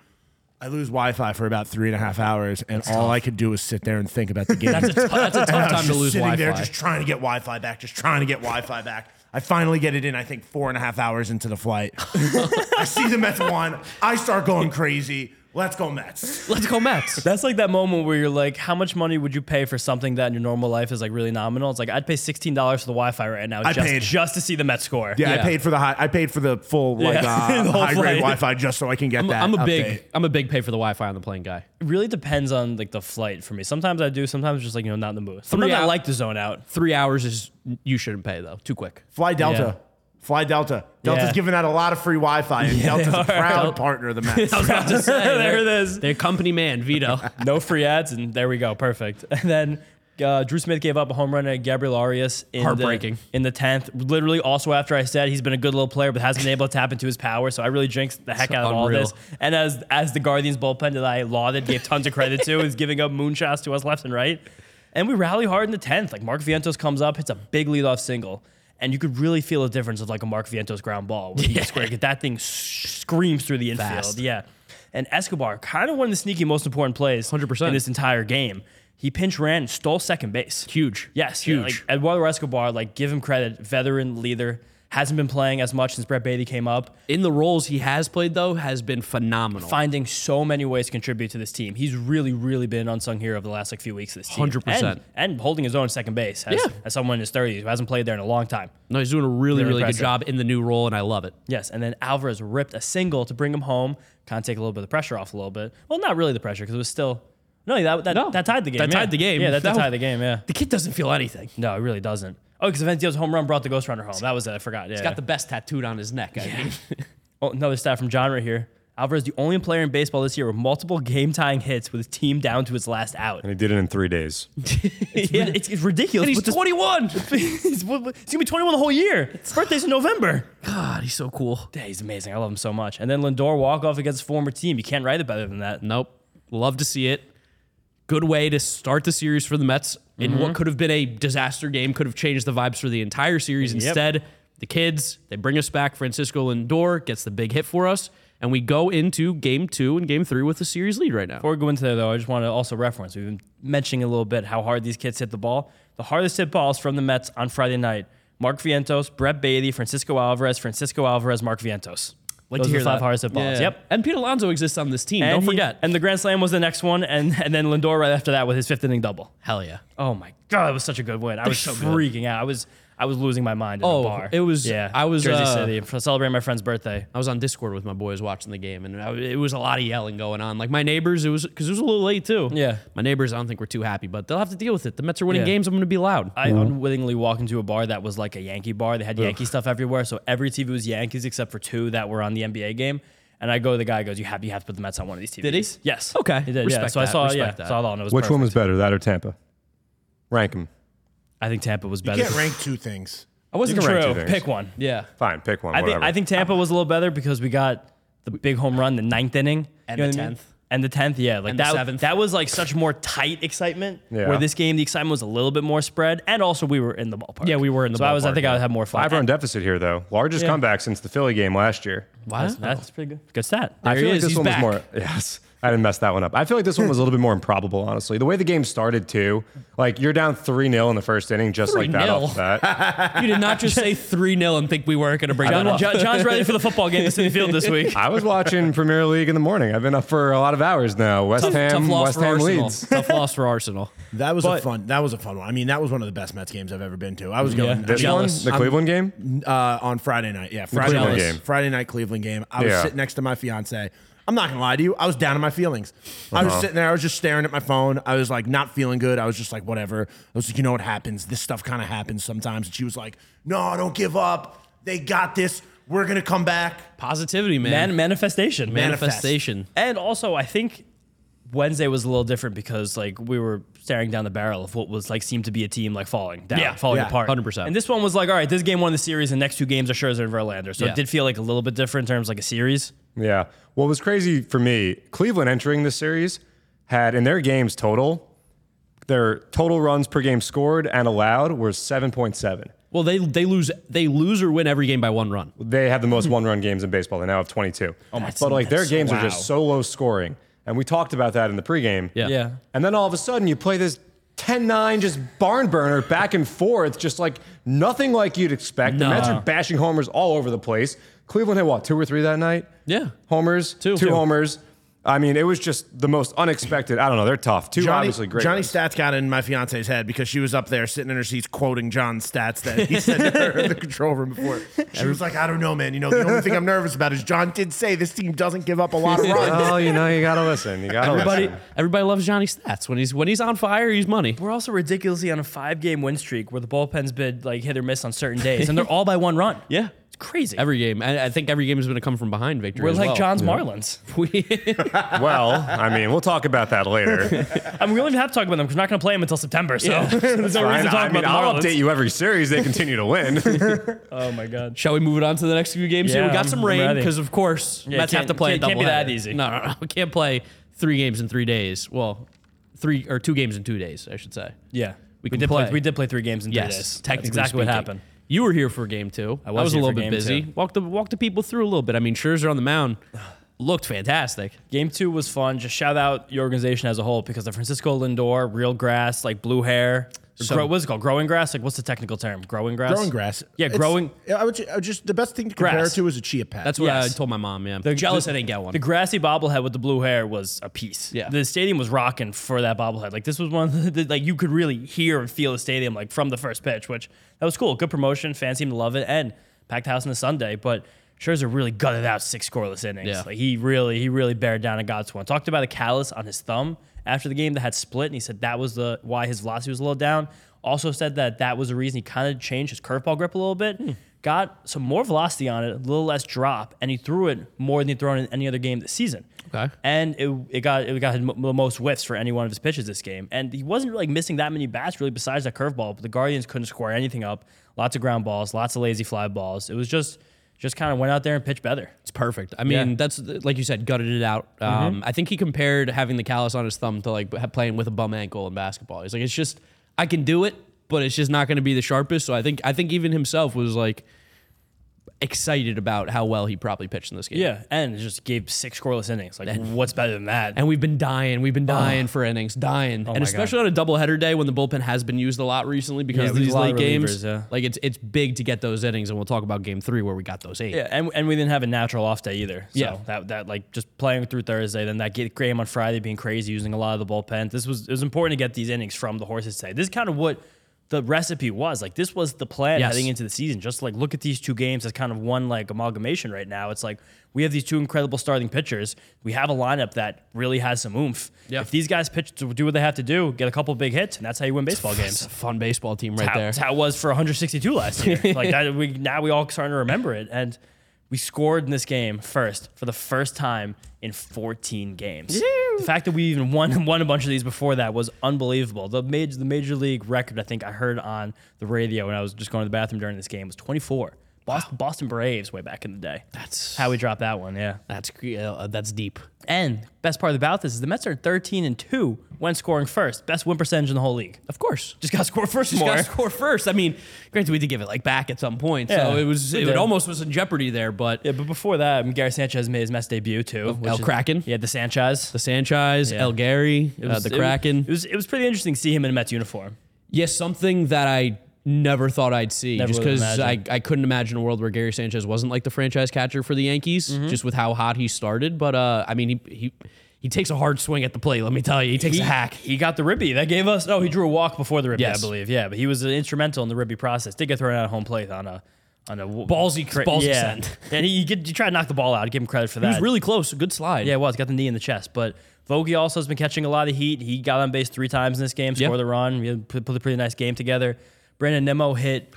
Speaker 4: I lose Wi-Fi for about three and a half hours, and all I could do was sit there and think about
Speaker 1: *laughs*
Speaker 4: the game.
Speaker 1: That's a, t- that's a
Speaker 4: And I
Speaker 1: tough time
Speaker 4: was
Speaker 1: to
Speaker 4: just
Speaker 1: lose
Speaker 4: sitting
Speaker 1: Wi-Fi.
Speaker 4: there, just trying to get Wi-Fi back, just trying to get Wi-Fi back. I finally get it in. I think four and a half hours into the *laughs* flight, I see the Mets won. I start going crazy. Let's go Mets!
Speaker 1: Let's go Mets.
Speaker 2: That's like that moment where you're like, how much money would you pay for something that in your normal life is like really nominal? It's like I'd pay sixteen dollars for the Wi-Fi right now
Speaker 4: I
Speaker 2: just
Speaker 4: paid.
Speaker 2: just to see the Met score.
Speaker 4: Yeah,
Speaker 1: Yeah.
Speaker 4: I paid for the high. I paid for *laughs* the full like
Speaker 2: Yeah.
Speaker 4: uh,
Speaker 2: The whole
Speaker 4: high grade
Speaker 2: flight.
Speaker 4: Wi-Fi just so I can get that.
Speaker 1: I'm a
Speaker 4: update.
Speaker 1: big, I'm a big pay for the Wi-Fi on the plane guy.
Speaker 2: It really depends on like the flight for me. Sometimes I do. Sometimes just like you know not in the mood. Sometimes
Speaker 1: Three
Speaker 2: I
Speaker 1: hou-
Speaker 2: like to zone *laughs* out.
Speaker 1: Three hours is you shouldn't pay though. Too quick.
Speaker 4: Fly Delta. Fly Delta. Delta's
Speaker 2: Yeah.
Speaker 4: giving out a lot of free Wi-Fi,
Speaker 1: *laughs*
Speaker 4: and Delta's a proud partner of the Mets.
Speaker 1: I was about to say.
Speaker 2: There it
Speaker 1: they're-
Speaker 2: is.
Speaker 1: They're company man, Vito.
Speaker 2: *laughs* No free ads, and there we go, perfect. *laughs* And then uh, Drew Smith gave up a home run to Gabriel Arias in
Speaker 1: Heartbreaking.
Speaker 2: the in the tenth. Literally, also after I said he's been a good little player, but hasn't been able to tap into his power. So I really jinxed the heck
Speaker 1: It's
Speaker 2: out of all
Speaker 1: unreal.
Speaker 2: this. And as as the Guardians bullpen that I lauded, gave tons of credit to, is giving up moonshots to us left and right. And we rally hard in the tenth. Like Mark Vientos comes up, hits a big leadoff single. And you could really feel the difference of like a Mark Vientos ground ball. When yeah. square, that thing screams through the infield.
Speaker 1: Fast.
Speaker 2: Yeah. And Escobar, kind of one of the sneaky most important plays
Speaker 1: 100%.
Speaker 2: in this entire game. He pinch ran, and stole second base.
Speaker 1: Huge.
Speaker 2: Yes,
Speaker 1: Huge.
Speaker 2: yeah, like Eduardo Escobar, like give him credit, veteran leader, hasn't been playing as much since Brett Beatty came up,
Speaker 1: in the roles he has played though has been phenomenal.
Speaker 2: finding so many ways to contribute to this team. He's really, really been an unsung hero over the last like few weeks of this team.
Speaker 1: 100%.
Speaker 2: And, and holding his own second base as,
Speaker 1: Yeah.
Speaker 2: as someone in his 30s who hasn't played there in a long time.
Speaker 1: No, he's doing a really, really
Speaker 2: impressive.
Speaker 1: good job in the new role, and I love it.
Speaker 2: Yes, and then Alvarez ripped a single to bring him home. Kind of take a little bit of the pressure off a little bit. Well, not really the pressure because it was still no that that,
Speaker 1: No.
Speaker 2: that tied the game.
Speaker 1: That
Speaker 2: yeah.
Speaker 1: tied the game.
Speaker 2: Yeah, that, that
Speaker 1: That
Speaker 2: tied the game. Yeah.
Speaker 1: The kid doesn't feel anything.
Speaker 2: No, it really doesn't. Oh, because Avencio's home run brought the Ghost Runner home. That was it. I forgot. Yeah.
Speaker 1: He's got the best tattooed on his neck. I mean.
Speaker 2: oh, another stat from John right here. Alvarez, the only player in baseball this year with multiple game tying hits with his team down to his last *laughs* out.
Speaker 3: And he did it in three days.
Speaker 2: It's, rid- it's, it's ridiculous.
Speaker 1: and he's
Speaker 2: What this-
Speaker 1: 21.
Speaker 2: *laughs* he's, what- what- he's gonna be 21 the whole year. His birthday's in November.
Speaker 1: God, he's so cool.
Speaker 2: Yeah, he's amazing. I love him so much. And then Lindor walk off against his former team. You can't write it better than that.
Speaker 1: Nope. Love to see it. Good way to start the series for the Mets in
Speaker 2: Mm-hmm.
Speaker 1: what could have been a disaster game, could have changed the vibes for the entire series. Instead, the kids, they bring us back. Francisco Lindor gets the big hit for us, and we go into game two and game three with a series lead right now.
Speaker 2: Before we go into there, though, I just want to also reference we've been mentioning a little bit how hard these kids hit the ball. The hardest hit balls from the Mets on Friday night Mark Vientos, Brett Beatty, Francisco Alvarez, Francisco Alvarez, Mark Vientos.
Speaker 1: Like
Speaker 2: Those
Speaker 1: to
Speaker 2: are
Speaker 1: hear
Speaker 2: the five
Speaker 1: that.
Speaker 2: hardest hit
Speaker 1: Yeah.
Speaker 2: balls. Yep.
Speaker 1: And Pete Alonso exists on this team. Don't
Speaker 2: he-
Speaker 1: forget.
Speaker 2: and the Grand Slam was the next one, and, and then Lindor right after that with his fifth inning double.
Speaker 1: Hell yeah.
Speaker 2: Oh my God, it was such a good win. I was
Speaker 1: so good.
Speaker 2: freaking out. I was I was losing my mind. In
Speaker 1: Oh,
Speaker 2: the bar.
Speaker 1: it was-
Speaker 2: yeah.
Speaker 1: I was,
Speaker 2: Jersey
Speaker 1: uh,
Speaker 2: City for celebrating my friend's birthday.
Speaker 1: I was on Discord with my boys watching the game, and I, it was a lot of yelling going on. Like my neighbors, it was because it was a little late too.
Speaker 2: Yeah.
Speaker 1: my neighbors, I don't think were too happy, but they'll have to deal with it. The Mets are winning
Speaker 2: Yeah.
Speaker 1: games. I'm going to be loud.
Speaker 2: I unwillingly walked into a bar that was like a Yankee bar. They had Yankee stuff everywhere. So every TV was Yankees except for two that were on the NBA game. And I go, the guy goes, "You have, you have to put the Mets on one of these TVs."
Speaker 1: Did he?
Speaker 2: Yes.
Speaker 1: Okay.
Speaker 2: He did. yeah.
Speaker 1: Respect
Speaker 2: So I
Speaker 1: that.
Speaker 2: saw, yeah,
Speaker 1: Respect that.
Speaker 2: saw it all, and it was
Speaker 3: Which
Speaker 2: perfect.
Speaker 3: one was better, that or Tampa? Rank them.
Speaker 2: I think Tampa was better.
Speaker 4: Can't rank two things.
Speaker 1: I wasn't
Speaker 3: You can rank
Speaker 2: True.
Speaker 1: true.
Speaker 3: two things.
Speaker 2: Pick one.
Speaker 1: Yeah,
Speaker 3: Fine, pick one.
Speaker 2: I think
Speaker 3: whatever.
Speaker 2: I think Tampa was a little better because we got the big home run, the ninth inning,
Speaker 1: And
Speaker 2: You know
Speaker 1: the
Speaker 2: what I mean?
Speaker 1: 10th.
Speaker 2: and the tenth. Yeah, like
Speaker 1: And the
Speaker 2: that.
Speaker 1: 7th.
Speaker 2: That was like such more tight excitement.
Speaker 3: Yeah.
Speaker 2: Where this game, the excitement was a little bit more spread, and also we were in the ballpark.
Speaker 1: Yeah, we were in the
Speaker 2: so I was. I
Speaker 1: ballpark,
Speaker 2: think I
Speaker 1: yeah.
Speaker 2: would have more fun.
Speaker 3: Five run deficit here, though. Largest comeback since the Philly game last year.
Speaker 1: wow.
Speaker 2: That's, that's pretty good. Good stat.
Speaker 1: I
Speaker 3: I
Speaker 1: There
Speaker 3: feel
Speaker 1: he
Speaker 3: like
Speaker 1: is.
Speaker 3: this
Speaker 1: He's
Speaker 3: one
Speaker 1: back.
Speaker 3: was more. *laughs* Yes, I didn't mess that one up. I feel like this one was a little bit more improbable, honestly. The way the game started too, like you're down three 0 in the first inning, just like that.
Speaker 1: 3-0.
Speaker 3: Off the bat.
Speaker 1: you did not *laughs* just say three 0 and think we weren't going to bring that
Speaker 2: John,
Speaker 1: up.
Speaker 2: John- John's ready for the football game at City Field this
Speaker 3: *laughs*
Speaker 2: week.
Speaker 3: I was watching Premier League in the morning. I've been up for a lot of hours now. West Ham,
Speaker 1: Tough loss
Speaker 3: West
Speaker 1: for
Speaker 3: Ham
Speaker 1: Arsenal.
Speaker 3: leads.
Speaker 1: Tough loss for Arsenal.
Speaker 4: That was a fun. That was a fun one. I mean, that was one of the best Mets games I've ever been to. I was
Speaker 2: Yeah.
Speaker 4: going. I
Speaker 3: This
Speaker 4: mean,
Speaker 3: one,
Speaker 1: Jealous.
Speaker 3: the Cleveland game.
Speaker 4: uh, on Friday night. Yeah, Friday
Speaker 3: Cleveland
Speaker 4: night
Speaker 3: game.
Speaker 4: Friday night Cleveland game. I was
Speaker 3: Yeah.
Speaker 4: sitting next to my fiance. I'm not gonna lie to you. I was down in my feelings. I
Speaker 3: Uh-huh.
Speaker 4: was sitting there. I was just staring at my phone. I was like not feeling good. I was just like whatever. I was like, you know what happens? This stuff kind of happens sometimes. And she was like, no, don't give up. They got this. We're gonna come back.
Speaker 1: Positivity, man.
Speaker 2: Man, manifestation.
Speaker 1: Manifestation.
Speaker 2: And also, I think Wednesday was a little different because like we were staring down the barrel of what was like seemed to be a team like falling down,
Speaker 1: Yeah,
Speaker 2: falling
Speaker 4: yeah,
Speaker 2: apart,
Speaker 1: 100%.
Speaker 2: And this one was like, all right, this game won the series, and next two games are Scherzer and Verlander, so
Speaker 1: Yeah.
Speaker 2: it did feel like a little bit different in terms of, like a series.
Speaker 3: Yeah. What was crazy for me, Cleveland entering this series had in their games total, their total runs per game scored and allowed were 7.7.
Speaker 1: Well, they they lose they lose or win every game by one run.
Speaker 3: They have the most one run games in baseball. They now have 22. Oh my But like their
Speaker 2: that's-
Speaker 3: games
Speaker 2: wow.
Speaker 3: are just so low scoring. And we talked about that in the pregame.
Speaker 1: Yeah.
Speaker 2: Yeah.
Speaker 3: And then all of a sudden you play this 10 9 just barn burner back and forth, just like nothing like you'd expect. The Mets are bashing homers all over the place. Cleveland had what, two or three that night?
Speaker 1: Yeah.
Speaker 3: Homers,
Speaker 1: Two. Two.
Speaker 3: homers. I mean, it was just the most unexpected. I don't know. They're tough. Two obviously great.
Speaker 4: Johnny
Speaker 3: ones.
Speaker 4: Stats got in my fiance's head because she was up there sitting in her seats quoting John's stats that he said to her in the control room before. She was like, I don't know, man. You know, the only thing I'm nervous about is John did say this team doesn't give up
Speaker 3: *laughs*
Speaker 4: a lot of runs.
Speaker 3: Well, you know, you gotta listen. You gotta
Speaker 1: Everybody
Speaker 3: listen.
Speaker 1: everybody loves Johnny Stats. When he's when he's on fire, he's money.
Speaker 2: We're also ridiculously on a five-game win streak where the bullpen's been like hit or miss on certain days, and they're all by one run.
Speaker 1: Yeah.
Speaker 2: It's crazy.
Speaker 1: Every game. I, I think every game is going to come from behind victory.
Speaker 2: we're
Speaker 1: as
Speaker 2: like
Speaker 1: well.
Speaker 2: John's *laughs* Marlins.
Speaker 1: *laughs* We,
Speaker 3: Well, I mean, we'll talk about that later.
Speaker 2: I'm really have to talk about them because we're not going to play them until September. So *laughs* there's no reason
Speaker 3: Fine.
Speaker 2: to talk
Speaker 3: I mean, I'll
Speaker 2: about the
Speaker 3: update
Speaker 2: Marlins.
Speaker 3: you every series. They continue to win.
Speaker 2: Oh my god.
Speaker 1: shall we move it on to the next few games? here?
Speaker 2: Yeah,
Speaker 1: we got
Speaker 2: I'm-
Speaker 1: some
Speaker 2: I'm
Speaker 1: rain
Speaker 2: ready.
Speaker 1: because of course
Speaker 2: Yeah,
Speaker 1: Mets have
Speaker 2: can't-
Speaker 1: to play. a
Speaker 2: can't- can't be
Speaker 1: doubleheader.
Speaker 2: that easy.
Speaker 1: No, *laughs* no, no. Can't play three games in three days. Well, three or two games in two days, I should say.
Speaker 2: Yeah, we,
Speaker 1: can
Speaker 2: did play.
Speaker 1: play.
Speaker 2: We did play three games in three
Speaker 1: Yes,
Speaker 2: days. That's
Speaker 1: technically
Speaker 2: exactly what
Speaker 1: speaking.
Speaker 2: happened.
Speaker 1: You were here for game two. I
Speaker 2: was
Speaker 1: was, a
Speaker 2: here
Speaker 1: little bit
Speaker 2: for game
Speaker 1: busy.
Speaker 2: two.
Speaker 1: Walk the walk the people through a little bit. I mean, Scherzer on the mound looked fantastic.
Speaker 2: Game two was fun. Just shout out your organization as a whole because the Francisco Lindor, real grass, like blue hair. Grow, what's it called? Growing grass? Like, what's the technical term? Growing grass?
Speaker 4: Growing grass.
Speaker 2: Yeah,
Speaker 4: It's-
Speaker 2: growing.
Speaker 4: I would, ju- I would just the best thing to compare
Speaker 2: Grass.
Speaker 4: it to is a chia pet.
Speaker 1: That's what
Speaker 2: Yes.
Speaker 1: I told my mom. Yeah, jealous I didn't get one.
Speaker 2: The grassy bobblehead with the blue hair was a piece.
Speaker 1: Yeah.
Speaker 2: The stadium was rocking for that bobblehead. Like, this was one of the, like, you could really hear and feel the stadium, like, from the first pitch, which that was cool. Good promotion. Fans seemed to love it and packed house on the Sunday. But Scherzer really gutted out six scoreless innings.
Speaker 1: Yeah.
Speaker 2: Like, he really, he really bared down and got to one. Talked about a callus on his thumb after the game that had split, and he said that was the why his velocity was a little down. Also said that that was the reason he kind of changed his curveball grip a little bit, got some more velocity on it, a little less drop, and he threw it more than he'd thrown in any other game this season.
Speaker 1: Okay.
Speaker 2: and it, it got it got him the most whiffs for any one of his pitches this game, and he wasn't like missing that many bats really besides that curveball. But the Guardians couldn't square anything up. Lots of ground balls, lots of lazy fly balls. It was just just kind of went out there and pitched better.
Speaker 1: It's perfect. I mean,
Speaker 2: Yeah.
Speaker 1: that's like you said, gutted it out. Um, I think he compared having the callus on his thumb to like ha- playing with a bum ankle in basketball. He's like, it's just I can do it, but it's just not going to be the sharpest. So I think I think even himself was like excited about how well he probably pitched in this game.
Speaker 2: Yeah, and it just gave six scoreless innings. Like, what's better than that?
Speaker 1: And we've been dying, we've been dying for innings, dying,
Speaker 2: Oh
Speaker 1: and especially on a doubleheader day when the bullpen has been used a lot recently because
Speaker 2: Yeah,
Speaker 1: of
Speaker 2: we
Speaker 1: these
Speaker 2: use a lot
Speaker 1: late
Speaker 2: of
Speaker 1: games.
Speaker 2: relievers, yeah.
Speaker 1: Like it's it's big to get those innings, and we'll talk about game three where we got those eight.
Speaker 2: yeah, and, and we didn't have a natural off day either. So
Speaker 1: Yeah.
Speaker 2: that that like just playing through Thursday, then that get game on Friday being crazy, using a lot of the bullpen. This was it was important to get these innings from the horses today. This is kind of what the recipe was. Like this was the plan
Speaker 1: Yes.
Speaker 2: heading into the season. Just like look at these two games as kind of one like amalgamation right now. It's like we have these two incredible starting pitchers. We have a lineup that really has some oomph.
Speaker 1: Yeah.
Speaker 2: If these guys pitch to do what they have to do, get a couple big hits, and that's how you win baseball
Speaker 1: It's
Speaker 2: games.
Speaker 1: a fun baseball team right
Speaker 2: how,
Speaker 1: there.
Speaker 2: it's how it was for 162 last
Speaker 1: *laughs*
Speaker 2: year. like that, we now we all starting to remember it, and we scored in this game first for the first time in 14 games. The fact that we even won *laughs* won a bunch of these before that was unbelievable. The major the major league record I think I heard on the radio when I was just going to the bathroom during this game was 24. Boston, Boston Braves way back in the day.
Speaker 1: That's-
Speaker 2: how we dropped that one. Yeah.
Speaker 1: that's cre- uh, that's deep.
Speaker 2: And best part about this is the Mets are 13 and two when scoring first. Best win percentage in the whole league.
Speaker 1: Of course.
Speaker 2: Just got scored first.
Speaker 1: just
Speaker 2: more.
Speaker 1: got to score first. I mean, granted, we did give it like back at some point, so
Speaker 2: Yeah,
Speaker 1: it was
Speaker 2: we
Speaker 1: it
Speaker 2: did.
Speaker 1: almost was in jeopardy there. But
Speaker 2: Yeah, but before that, I mean, Gary Sanchez made his Mets debut too. which
Speaker 1: El
Speaker 2: is-
Speaker 1: Kraken?
Speaker 2: Yeah, the Sanchez.
Speaker 1: the Sanchez, El Gary, uh, the Kraken.
Speaker 2: It was, it was pretty interesting to see him in a Mets uniform.
Speaker 1: yes, something that I never thought I'd see,
Speaker 2: Never
Speaker 1: just
Speaker 2: would've
Speaker 1: because I,
Speaker 2: imagined.
Speaker 1: I couldn't imagine a world where Gary Sanchez wasn't like the franchise catcher for the Yankees,
Speaker 2: Mm-hmm.
Speaker 1: just with how hot he started. But uh, I mean, he he he takes a hard swing at the plate. Let me tell you, he takes
Speaker 2: He,
Speaker 1: a hack.
Speaker 2: he got the ribby. That gave us. Oh, he drew a walk before the ribby,
Speaker 1: Yes.
Speaker 2: I believe. Yeah, but he was instrumental in the ribby process. Did get thrown out of home plate on a on a w-
Speaker 1: Ballsy- ballsy
Speaker 2: yeah.
Speaker 1: send.
Speaker 2: *laughs* And he, he, did- he tried to knock the ball out. Give him credit for that.
Speaker 1: He was really close. A good slide.
Speaker 2: Yeah, it was. Got the knee in the chest. But Vogie also has been catching a lot of heat. He got on base three times in this game, scored the run, he put put a pretty nice game together. Brandon Nemo hit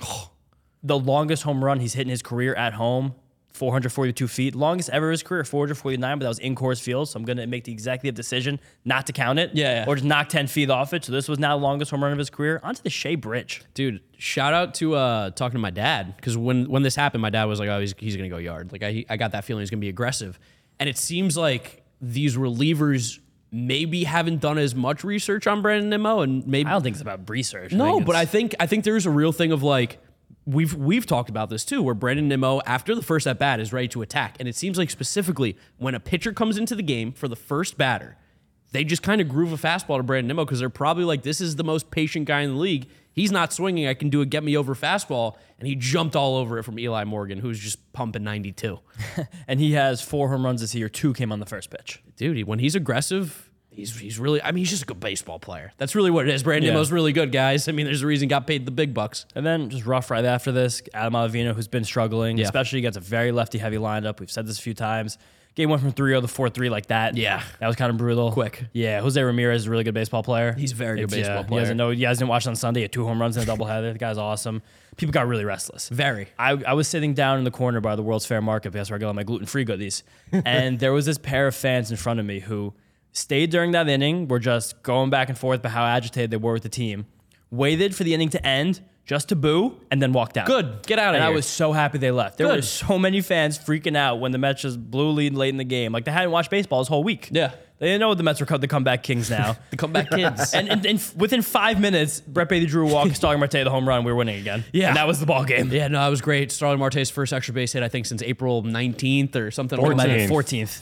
Speaker 2: the longest home run he's hit in his career at home, 442 feet. Longest ever of his career, 449, but that was in course field. So I'm going to make the executive decision not to count it
Speaker 1: Yeah, yeah.
Speaker 2: or just knock 10 feet off it. So this was now the longest home run of his career. Onto the Shea Bridge.
Speaker 1: dude shout out to uh talking to my dad because when when this happened my dad was like oh he's, he's gonna go yard like I, I got that feeling he's gonna be aggressive and it seems like these relievers maybe haven't done as much research on brandon nemo and maybe
Speaker 2: I don't think it's about research.
Speaker 1: no
Speaker 2: think
Speaker 1: but i
Speaker 2: it's-
Speaker 1: think i think there's a real thing of like we've we've talked about this too where brandon nemo after the first at bat is ready to attack and it seems like specifically when a pitcher comes into the game for the first batter they just kind of groove a fastball to Brandon Nimmo because they're probably like, this is the most patient guy in the league. He's not swinging. I can do a get me over fastball. And he jumped all over it from Eli Morgan, who's just pumping 92.
Speaker 2: and he has four home runs this year. Two came on the first pitch.
Speaker 1: Dude, he- when he's aggressive, he's, he's really, I mean, he's just a good baseball player. That's really what it is. Brandon
Speaker 2: Yeah.
Speaker 1: Nimmo's really good, guys. I mean, there's a reason he got paid the big bucks.
Speaker 2: And then just rough right after this, Adam Ottavino, who's been struggling,
Speaker 1: Yeah.
Speaker 2: especially against a very lefty heavy lineup. We've said this a few times. Game went from oh, 3 0 to 4 3 like that.
Speaker 1: Yeah.
Speaker 2: That was kind of brutal.
Speaker 1: Quick.
Speaker 2: Yeah. Jose Ramirez is a really good baseball player.
Speaker 1: He's a very good baseball
Speaker 2: You guys,
Speaker 1: player.
Speaker 2: know, you guys didn't watch it on Sunday. He had two home runs and a doubleheader. the guy's awesome. People got really restless.
Speaker 1: Very.
Speaker 2: I, I was sitting down in the corner by the World's Fair Market. That's where I got all my gluten
Speaker 1: *laughs*
Speaker 2: free goodies. and there was this pair of fans in front of me who stayed during that inning, were just going back and forth about how agitated they were with the team, waited for the inning to end just to boo, and then walked out.
Speaker 1: Good. Get out of
Speaker 2: And I
Speaker 1: here.
Speaker 2: was so happy they left. There
Speaker 1: Good.
Speaker 2: were so many fans freaking out when the Mets just blew a lead late in the game. Like they hadn't watched baseball this whole week.
Speaker 1: Yeah.
Speaker 2: They didn't know the Mets were co- the comeback kings now.
Speaker 1: *laughs* The comeback kids.
Speaker 2: and, and, and within five minutes, Brett Beatty drew
Speaker 1: *laughs*
Speaker 2: a walk, Starling Marte the home run. We were winning again.
Speaker 1: Yeah.
Speaker 2: And that was the ball game.
Speaker 1: yeah, no, that was great. Starling Marte's first extra base hit, I think, since April 19th or something.
Speaker 2: Or might have been
Speaker 3: 14th.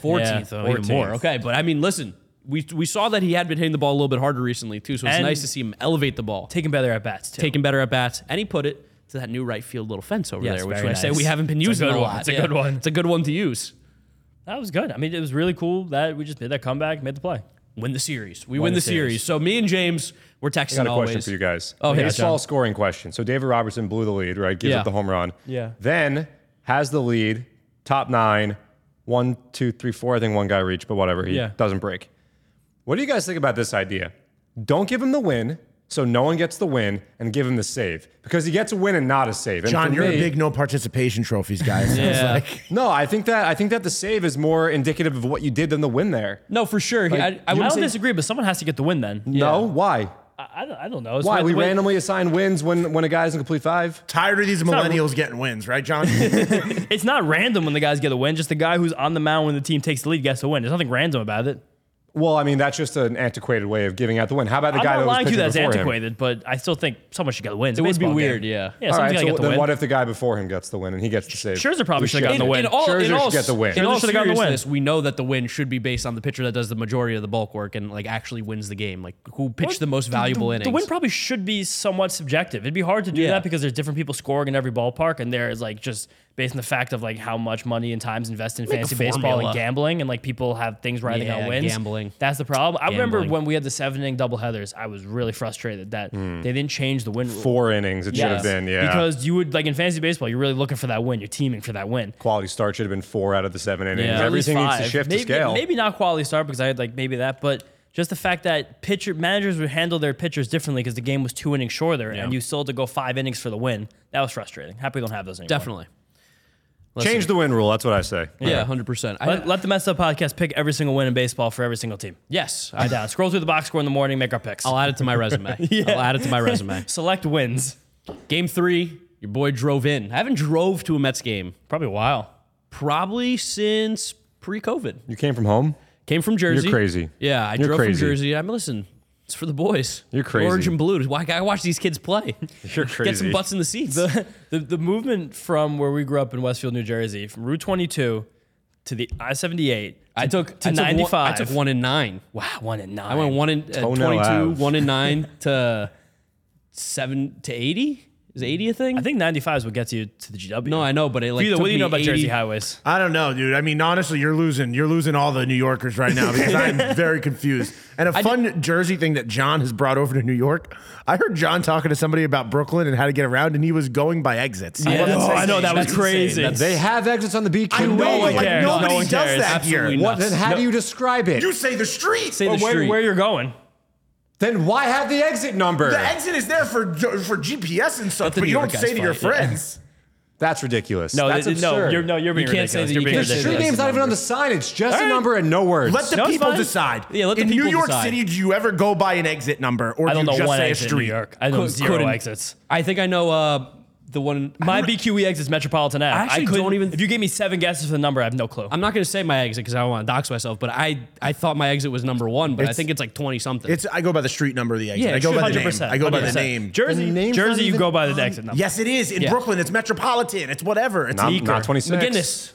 Speaker 2: 14th.
Speaker 1: 14th,
Speaker 2: Yeah,
Speaker 1: oh, even
Speaker 2: 14th.
Speaker 1: more. Okay, but I mean, listen, we, we saw that he had been hitting the ball a little bit harder recently, too, so it's
Speaker 2: And-
Speaker 1: nice to see him elevate the ball,
Speaker 2: Taking better at bats, too.
Speaker 1: taking better at bats, and he put it to that new right field little fence over
Speaker 2: Yes,
Speaker 1: there, which
Speaker 2: very
Speaker 1: I say
Speaker 2: nice.
Speaker 1: we haven't been
Speaker 2: It's a
Speaker 1: using
Speaker 2: good
Speaker 1: a
Speaker 2: one.
Speaker 1: lot.
Speaker 2: It's a good one.
Speaker 1: It's a good one to use.
Speaker 2: that was good. I mean, it was really cool that we just made that comeback, made the play.
Speaker 1: Win the series. We win, the, series. So me and James, we're texting
Speaker 3: I got a
Speaker 1: always.
Speaker 3: question for you guys.
Speaker 1: Oh, hit it,
Speaker 3: baseball scoring question. So David Robertson blew the lead, right? Gives
Speaker 1: Yeah.
Speaker 3: up the home run.
Speaker 2: Yeah.
Speaker 3: Then has the lead, top nine, one, two, three, four. I think one guy reached, but whatever. He
Speaker 2: Yeah.
Speaker 3: doesn't break. What do you guys think about this idea? Don't give him the win, so no one gets the win, and give him the save because he gets a win and not a save. And
Speaker 4: John,
Speaker 3: for
Speaker 4: you're
Speaker 3: me-
Speaker 4: a big no participation trophies guy. So it's like-
Speaker 3: No, I think that I think that the save is more indicative of what you did than the win there.
Speaker 1: No, for sure. He- I, I
Speaker 2: I
Speaker 1: wouldn't
Speaker 2: don't
Speaker 1: say
Speaker 2: disagree, but someone has to get the win then.
Speaker 3: No, why?
Speaker 2: I, I don't, I don't know. It's
Speaker 3: Why
Speaker 2: the
Speaker 3: we
Speaker 2: way-
Speaker 3: randomly assign wins when when a guy doesn't complete five?
Speaker 4: tired of these
Speaker 2: not-
Speaker 4: millennials getting wins, right, John? *laughs*
Speaker 2: It's not random when the guys get a win. Just the guy who's on the mound when the team takes the lead gets the win. There's nothing random about it.
Speaker 3: Well, I mean that's just an antiquated way of giving out the win. How about the
Speaker 2: I'm
Speaker 3: guy
Speaker 2: not
Speaker 3: that was
Speaker 2: lying to you
Speaker 3: pitching
Speaker 2: that's
Speaker 3: before him?
Speaker 2: antiquated, but I still think someone should get the win. It's a
Speaker 1: would be
Speaker 2: baseball game.
Speaker 1: weird, yeah.
Speaker 2: Yeah,
Speaker 3: All
Speaker 2: someone's
Speaker 3: right,
Speaker 2: got to
Speaker 3: so
Speaker 2: get the
Speaker 3: then
Speaker 2: win.
Speaker 3: what if the guy before him gets the win and he gets the save?
Speaker 2: Scherzer probably
Speaker 3: We
Speaker 2: should've gotten the win.
Speaker 1: In all,
Speaker 3: Scherzer
Speaker 1: in all
Speaker 3: should get the win.
Speaker 1: In all
Speaker 2: Scherzer should've gotten the win.
Speaker 1: seriousness, we know that the win should be based on the pitcher that does the majority of the bulk work and like actually wins the game, like who pitched the most valuable
Speaker 2: the,
Speaker 1: innings.
Speaker 2: The win probably should be somewhat subjective. It'd be hard to do
Speaker 1: Yeah.
Speaker 2: that because there's different people scoring in every ballpark, and there is like just based on the fact of like how much money and times invested in
Speaker 1: a
Speaker 2: fantasy baseball
Speaker 1: formula.
Speaker 2: and gambling, and like people have things riding
Speaker 1: Yeah,
Speaker 2: on wins.
Speaker 1: gambling.
Speaker 2: That's the problem. I remember
Speaker 1: Gambling.
Speaker 2: when we had the seven inning doubleheaders. I was really frustrated that they didn't change the win rule.
Speaker 3: Hmm. Four innings it should
Speaker 2: Yes.
Speaker 3: have been, yeah.
Speaker 2: Because you would like in fantasy baseball, you're really looking for that win. You're teaming for that win.
Speaker 3: quality start should have been four out of the seven innings.
Speaker 2: Yeah.
Speaker 3: Everything
Speaker 2: At least
Speaker 3: needs to
Speaker 2: five.
Speaker 3: shift
Speaker 2: maybe,
Speaker 3: to scale.
Speaker 2: Maybe not quality start because I had like maybe that, but just the fact that pitcher managers would handle their pitchers differently because the game was two innings shorter and you still had to go five innings for the win. That was frustrating. Happy we don't have those anymore.
Speaker 1: Definitely.
Speaker 3: Change the win rule. That's what I say.
Speaker 1: Yeah, hundred percent.
Speaker 2: Let, let the Messed Up Podcast pick every single win in baseball for every single team.
Speaker 1: Yes,
Speaker 2: I
Speaker 1: I,
Speaker 2: down. Scroll through the box score in the morning, make our picks.
Speaker 1: will add it to my
Speaker 2: *laughs*
Speaker 1: resume. I'll add it to my resume.
Speaker 2: Select wins.
Speaker 1: Game three, your boy drove in. I haven't drove to a Mets game
Speaker 2: Probably a while.
Speaker 1: probably since pre-COVID.
Speaker 3: You came from home?
Speaker 1: Came from Jersey.
Speaker 3: crazy.
Speaker 1: Yeah, I
Speaker 3: You're
Speaker 1: drove
Speaker 3: crazy.
Speaker 1: from Jersey. I'm listen. It's for the boys.
Speaker 3: You're crazy.
Speaker 1: Orange and blue. Why gotta watch these kids play?
Speaker 3: You're crazy.
Speaker 1: Get some butts in the seats.
Speaker 2: *laughs* the, the movement from where we grew up in Westfield, New Jersey, from Route 22 to the I 78.
Speaker 1: I took
Speaker 2: to
Speaker 1: I took one-
Speaker 2: 95.
Speaker 1: I took one in nine.
Speaker 2: Wow, one and nine. Oh,
Speaker 1: I went one in uh,
Speaker 2: *laughs*
Speaker 3: Toenail
Speaker 1: 22,
Speaker 3: Ave.
Speaker 1: one in nine to seven to 80. Is the 80 a thing?
Speaker 2: I think 95 is what gets you to the GW.
Speaker 1: no, I know, but it like
Speaker 2: Either, what
Speaker 1: took
Speaker 2: do you know
Speaker 1: me
Speaker 2: about Jersey
Speaker 1: 80
Speaker 2: highways?
Speaker 4: I don't know, dude. I mean, honestly, you're losing. You're losing all the New Yorkers right now because I'm very confused. And a fun Jersey thing that John has brought over to New York. I heard John talking to somebody about Brooklyn and how to get around, and he was going by exits.
Speaker 2: Yeah,
Speaker 1: that's
Speaker 2: I know that was
Speaker 1: insane.
Speaker 2: crazy.
Speaker 1: That's-
Speaker 3: They have exits on the beach.
Speaker 4: I know,
Speaker 3: Wait,
Speaker 4: like,
Speaker 2: one cares.
Speaker 4: nobody
Speaker 2: No one
Speaker 4: does
Speaker 2: cares.
Speaker 4: that
Speaker 1: Absolutely
Speaker 4: here.
Speaker 1: not.
Speaker 3: what, then how do you describe it?
Speaker 4: You say the street.
Speaker 1: Say
Speaker 2: Or
Speaker 1: the
Speaker 2: where,
Speaker 1: street.
Speaker 2: where you're going.
Speaker 3: then why have the exit number?
Speaker 4: the exit is there for for GPS and stuff,
Speaker 1: Let the
Speaker 4: but
Speaker 1: New
Speaker 4: you
Speaker 1: York
Speaker 4: don't
Speaker 1: guys
Speaker 4: say to your
Speaker 1: fight, yeah.
Speaker 4: friends.
Speaker 3: That's ridiculous.
Speaker 2: No,
Speaker 3: That's
Speaker 2: th- th- no,
Speaker 3: absurd.
Speaker 2: you're no, you're being
Speaker 1: You can't say
Speaker 2: ridiculous.
Speaker 1: that you
Speaker 2: You're being
Speaker 1: can't say
Speaker 3: The
Speaker 2: ridiculous.
Speaker 3: street name's not even on the sign. It's just a number and no words.
Speaker 4: Let the
Speaker 2: No, it's
Speaker 4: people
Speaker 2: fine.
Speaker 4: decide.
Speaker 1: Yeah, let the
Speaker 4: In New
Speaker 1: people
Speaker 4: York
Speaker 1: decide.
Speaker 4: City, do you ever go by an exit number, or
Speaker 2: I
Speaker 4: do
Speaker 2: don't
Speaker 4: you
Speaker 2: know
Speaker 4: just
Speaker 2: one
Speaker 4: say a
Speaker 2: exit in New
Speaker 4: street?
Speaker 2: York. I know
Speaker 1: Cou-
Speaker 2: zero
Speaker 1: couldn't-
Speaker 2: exits.
Speaker 1: I think I know uh, the one.
Speaker 2: My BQE exits Metropolitan Ave.
Speaker 1: I actually
Speaker 2: couldn't-
Speaker 1: don't even-
Speaker 2: If you gave me seven guesses for the number, I have no clue.
Speaker 1: I'm not going to say my exit because I don't want to dox myself, but I, I thought my exit was number one, but I
Speaker 4: It's-
Speaker 1: think it's like 20 something.
Speaker 4: It's I go by the street number of the exit.
Speaker 1: Yeah,
Speaker 4: I go by the name.
Speaker 2: 100%,
Speaker 4: I go by the
Speaker 2: 100%.
Speaker 4: name.
Speaker 2: Jersey,
Speaker 3: The name's
Speaker 2: Jersey,
Speaker 3: not
Speaker 2: you
Speaker 3: even
Speaker 2: go by the exit number.
Speaker 4: Yes, it is. In
Speaker 1: Yeah.
Speaker 4: Brooklyn, it's metropolitan. It's whatever. It's
Speaker 3: Not,
Speaker 4: equal.
Speaker 3: not 26.
Speaker 1: McGinnis.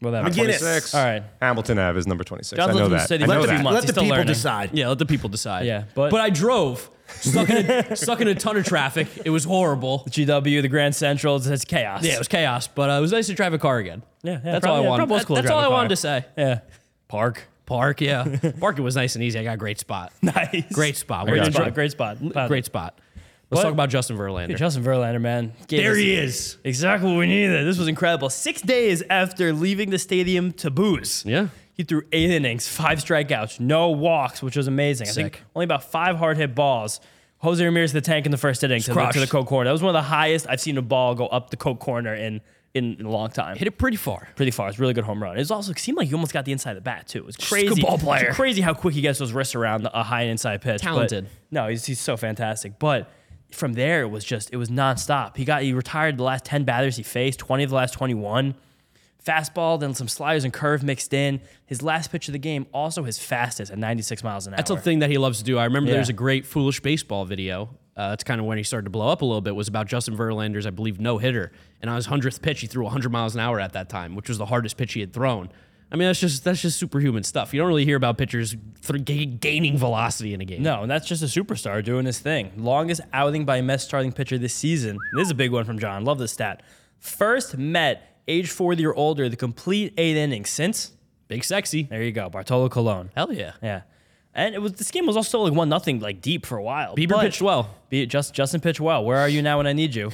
Speaker 2: Whatever.
Speaker 4: McGinnis.
Speaker 3: 26.
Speaker 2: All right.
Speaker 3: Hamilton Ave is number 26.
Speaker 2: John
Speaker 3: I know
Speaker 2: lives in the
Speaker 3: that.
Speaker 2: city
Speaker 3: I
Speaker 2: for
Speaker 3: know
Speaker 2: a few
Speaker 3: that.
Speaker 2: months.
Speaker 4: Let
Speaker 2: He's
Speaker 4: the
Speaker 2: still
Speaker 4: people
Speaker 2: learning.
Speaker 4: decide.
Speaker 1: Yeah, let the people decide.
Speaker 2: Yeah, but-
Speaker 1: I drove, stuck in a, *laughs* stuck in a ton of traffic. It was horrible.
Speaker 2: GW, the Grand Central, it's- it's chaos.
Speaker 1: Yeah, it was chaos, but uh, it was nice to drive a car again.
Speaker 2: Yeah, yeah,
Speaker 1: that's
Speaker 2: probably-
Speaker 1: all I
Speaker 2: yeah,
Speaker 1: wanted.
Speaker 2: probably was cool to
Speaker 1: that's
Speaker 2: drive
Speaker 1: all
Speaker 2: a
Speaker 1: I
Speaker 2: car.
Speaker 1: wanted to say.
Speaker 2: Yeah. Park.
Speaker 1: Park,
Speaker 2: *laughs*
Speaker 1: yeah, park. It was nice and easy. I got a great spot.
Speaker 2: Nice.
Speaker 1: Great spot. We're
Speaker 2: Great
Speaker 1: gonna
Speaker 2: spot.
Speaker 1: drive-
Speaker 2: Great spot.
Speaker 1: Great spot. Let's
Speaker 2: What?
Speaker 1: talk about Justin Verlander.
Speaker 2: Justin Verlander, man. Gave us
Speaker 1: is.
Speaker 2: Exactly what we needed. This was incredible. Six days after leaving the stadium to booze.
Speaker 1: Yeah.
Speaker 2: He threw eight innings, five strikeouts, no walks, which was amazing. I think
Speaker 1: Sick.
Speaker 2: only about five hard hit balls. Jose Ramirez to the tank in the first inning to the,
Speaker 1: crushed.
Speaker 2: to the coke corner. That was one of the highest I've seen a ball go up the coke corner in, in, in a long time.
Speaker 1: Hit it pretty far.
Speaker 2: pretty far. It's a really good home run. It was also it seemed like he almost got the inside of the bat too. It was
Speaker 1: a good
Speaker 2: crazy.
Speaker 1: ball
Speaker 2: It's
Speaker 1: player.
Speaker 2: crazy how quick he gets those wrists around a high inside pitch. but-
Speaker 1: Talented.
Speaker 2: no, he's, he's so fantastic. But from there, it was just it was nonstop. He got he retired the last ten batters he faced, twenty of the last twenty one. Fastball, then some sliders and curve mixed in. His last pitch of the game, also his fastest at 96 miles an hour.
Speaker 1: That's a thing that he loves to do. I remember
Speaker 2: Yeah.
Speaker 1: there's a great foolish baseball video. Uh, that's kind of when he started to blow up a little bit. Was about Justin Verlander's, I believe, no hitter, and on his hundredth pitch, he threw 100 miles an hour at that time, which was the hardest pitch he had thrown. I mean, that's just that's just superhuman stuff. You don't really hear about pitchers th- ga- gaining velocity in a game.
Speaker 2: No, and that's just a superstar doing his thing. Longest outing by a Mets starting pitcher this season. This is a big one from John. Love this stat. First Met, age 40 or older, the complete eight innings since.
Speaker 1: Big sexy.
Speaker 2: There you go, Bartolo Colon.
Speaker 1: Hell yeah.
Speaker 2: Yeah. And it was this game was also like one nothing like deep for a while.
Speaker 1: Bieber
Speaker 2: but-
Speaker 1: pitched well.
Speaker 2: Be just Justin pitched well. Where are you now when I need
Speaker 1: *laughs*
Speaker 2: you?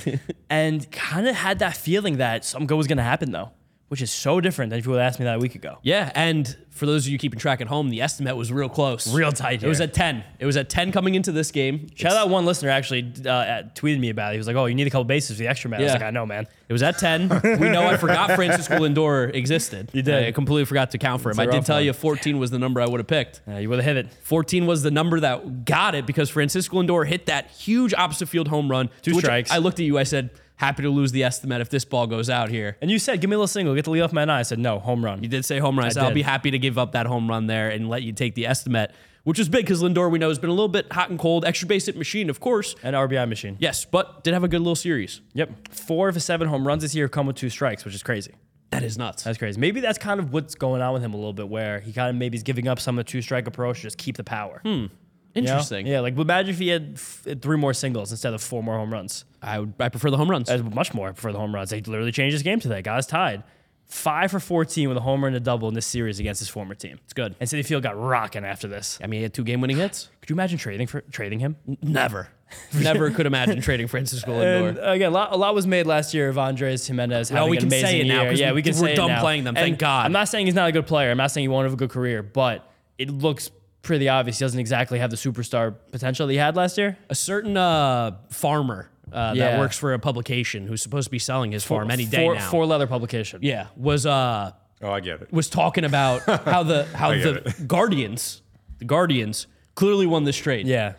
Speaker 2: and kind of had that feeling that some go was going to happen though, which is so different than if you would have asked me that a week ago.
Speaker 1: Yeah, and for those of you keeping track at home, the estimate was real close.
Speaker 2: Real tight
Speaker 1: It was
Speaker 2: here.
Speaker 1: at 10. It was at 10 coming into this game.
Speaker 2: Shout out one listener actually uh, at- tweeted me about it. He was like, "Oh, you need a couple bases for the extra man." I was
Speaker 1: Yeah.
Speaker 2: like, "I know, man."
Speaker 1: It was at 10. we know I forgot Francisco Lindor existed. You
Speaker 2: did.
Speaker 1: I completely forgot to count for him.
Speaker 2: a
Speaker 1: I did
Speaker 2: rough
Speaker 1: tell
Speaker 2: one.
Speaker 1: you 14 was the number I would have picked.
Speaker 2: Yeah, you would have hit it.
Speaker 1: 14 was the number that got it because Francisco Lindor hit that huge opposite field home run. Two
Speaker 2: strikes.
Speaker 1: I looked at you. I said, happy to lose the estimate if this ball goes out here.
Speaker 2: And you said, "Give me a little single, get the lead off man." I said, "No, home run."
Speaker 1: You did say home run. I said, I'll
Speaker 2: did.
Speaker 1: be happy to give up that home run there and let you take the estimate, which is big because Lindor, we know, has been a little bit hot and cold. Extra base hit machine, of course.
Speaker 2: An RBI machine.
Speaker 1: Yes, but did have a good little series.
Speaker 2: Yep. Four of his seven home runs this year have come with two strikes, which is crazy.
Speaker 1: That is nuts.
Speaker 2: That's crazy. Maybe that's kind of what's going on with him a little bit, where he kind of maybe is giving up some of the two strike approach to just keep the power. You know?
Speaker 1: Interesting.
Speaker 2: Yeah, like imagine if he had f- three more singles instead of four more home runs.
Speaker 1: I would, I prefer the home runs.
Speaker 2: That's much more for the home runs. They literally changed his game today. Guys tied. Five for 14 with a homer and a double in this series against his former team. It's
Speaker 1: good.
Speaker 2: And City Field got rocking after this.
Speaker 1: I mean, he had two game winning hits.
Speaker 2: Could you imagine trading for trading him?
Speaker 1: *laughs* Never. Never could *laughs* imagine trading Francisco Lindor.
Speaker 2: And again, a lot, a lot was made last year of Andres Jimenez having
Speaker 1: we
Speaker 2: an
Speaker 1: can say
Speaker 2: amazing
Speaker 1: it now,
Speaker 2: year.
Speaker 1: 'cause
Speaker 2: Yeah,
Speaker 1: we-
Speaker 2: we can
Speaker 1: we're
Speaker 2: say it
Speaker 1: done
Speaker 2: now.
Speaker 1: playing them, thank
Speaker 2: And
Speaker 1: God.
Speaker 2: I'm not saying he's not a good player. I'm not saying he won't have a good career, but it looks pretty obvious he doesn't exactly have the superstar potential that he had last year.
Speaker 1: a certain uh, farmer uh,
Speaker 2: Yeah.
Speaker 1: that works for a publication who's supposed to be selling his farm any day
Speaker 2: four,
Speaker 1: now.
Speaker 2: Four leather publication.
Speaker 1: yeah, was uh,
Speaker 3: Oh, I get it.
Speaker 1: was talking about how *laughs* the how
Speaker 3: I get
Speaker 1: the Guardians, the Guardians clearly won this trade.
Speaker 2: Yeah.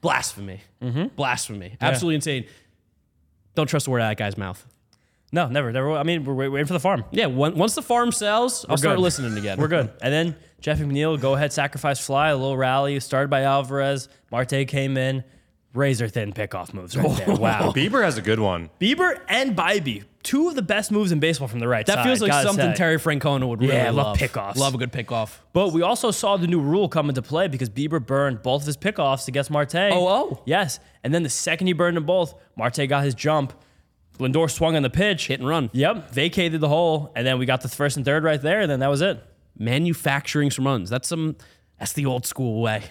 Speaker 1: Blasphemy. Blasphemy. Absolutely insane. Don't trust a word out of that guy's mouth.
Speaker 2: No, never, never. I mean, we're wait- waiting for the farm.
Speaker 1: Yeah, one, once the farm sells, I'll start
Speaker 2: good.
Speaker 1: listening again.
Speaker 2: We're good. And then Jeff McNeil, go ahead, sacrifice fly, a little rally started by Alvarez. Marte came in, razor thin pickoff moves right
Speaker 1: *laughs*
Speaker 2: there. Wow.
Speaker 3: Bieber has a good one.
Speaker 2: Bieber and Bybee, two of the best moves in baseball from the right
Speaker 1: That
Speaker 2: side.
Speaker 1: feels like
Speaker 2: gotta
Speaker 1: something
Speaker 2: say.
Speaker 1: Terry Francona would really
Speaker 2: Yeah, I
Speaker 1: love.
Speaker 2: love pickoffs.
Speaker 1: Love a good pickoff.
Speaker 2: But we also saw the new rule come into play because Bieber burned both of his pickoffs against Marte.
Speaker 1: Oh, oh.
Speaker 2: Yes. And then the second he burned them both, Marte got his jump. Lindor swung on the pitch.
Speaker 1: Hit and run.
Speaker 2: Yep. Vacated the hole. And then we got the first and third right there. And then that was it.
Speaker 1: Manufacturing some runs. That's some. That's the old school way.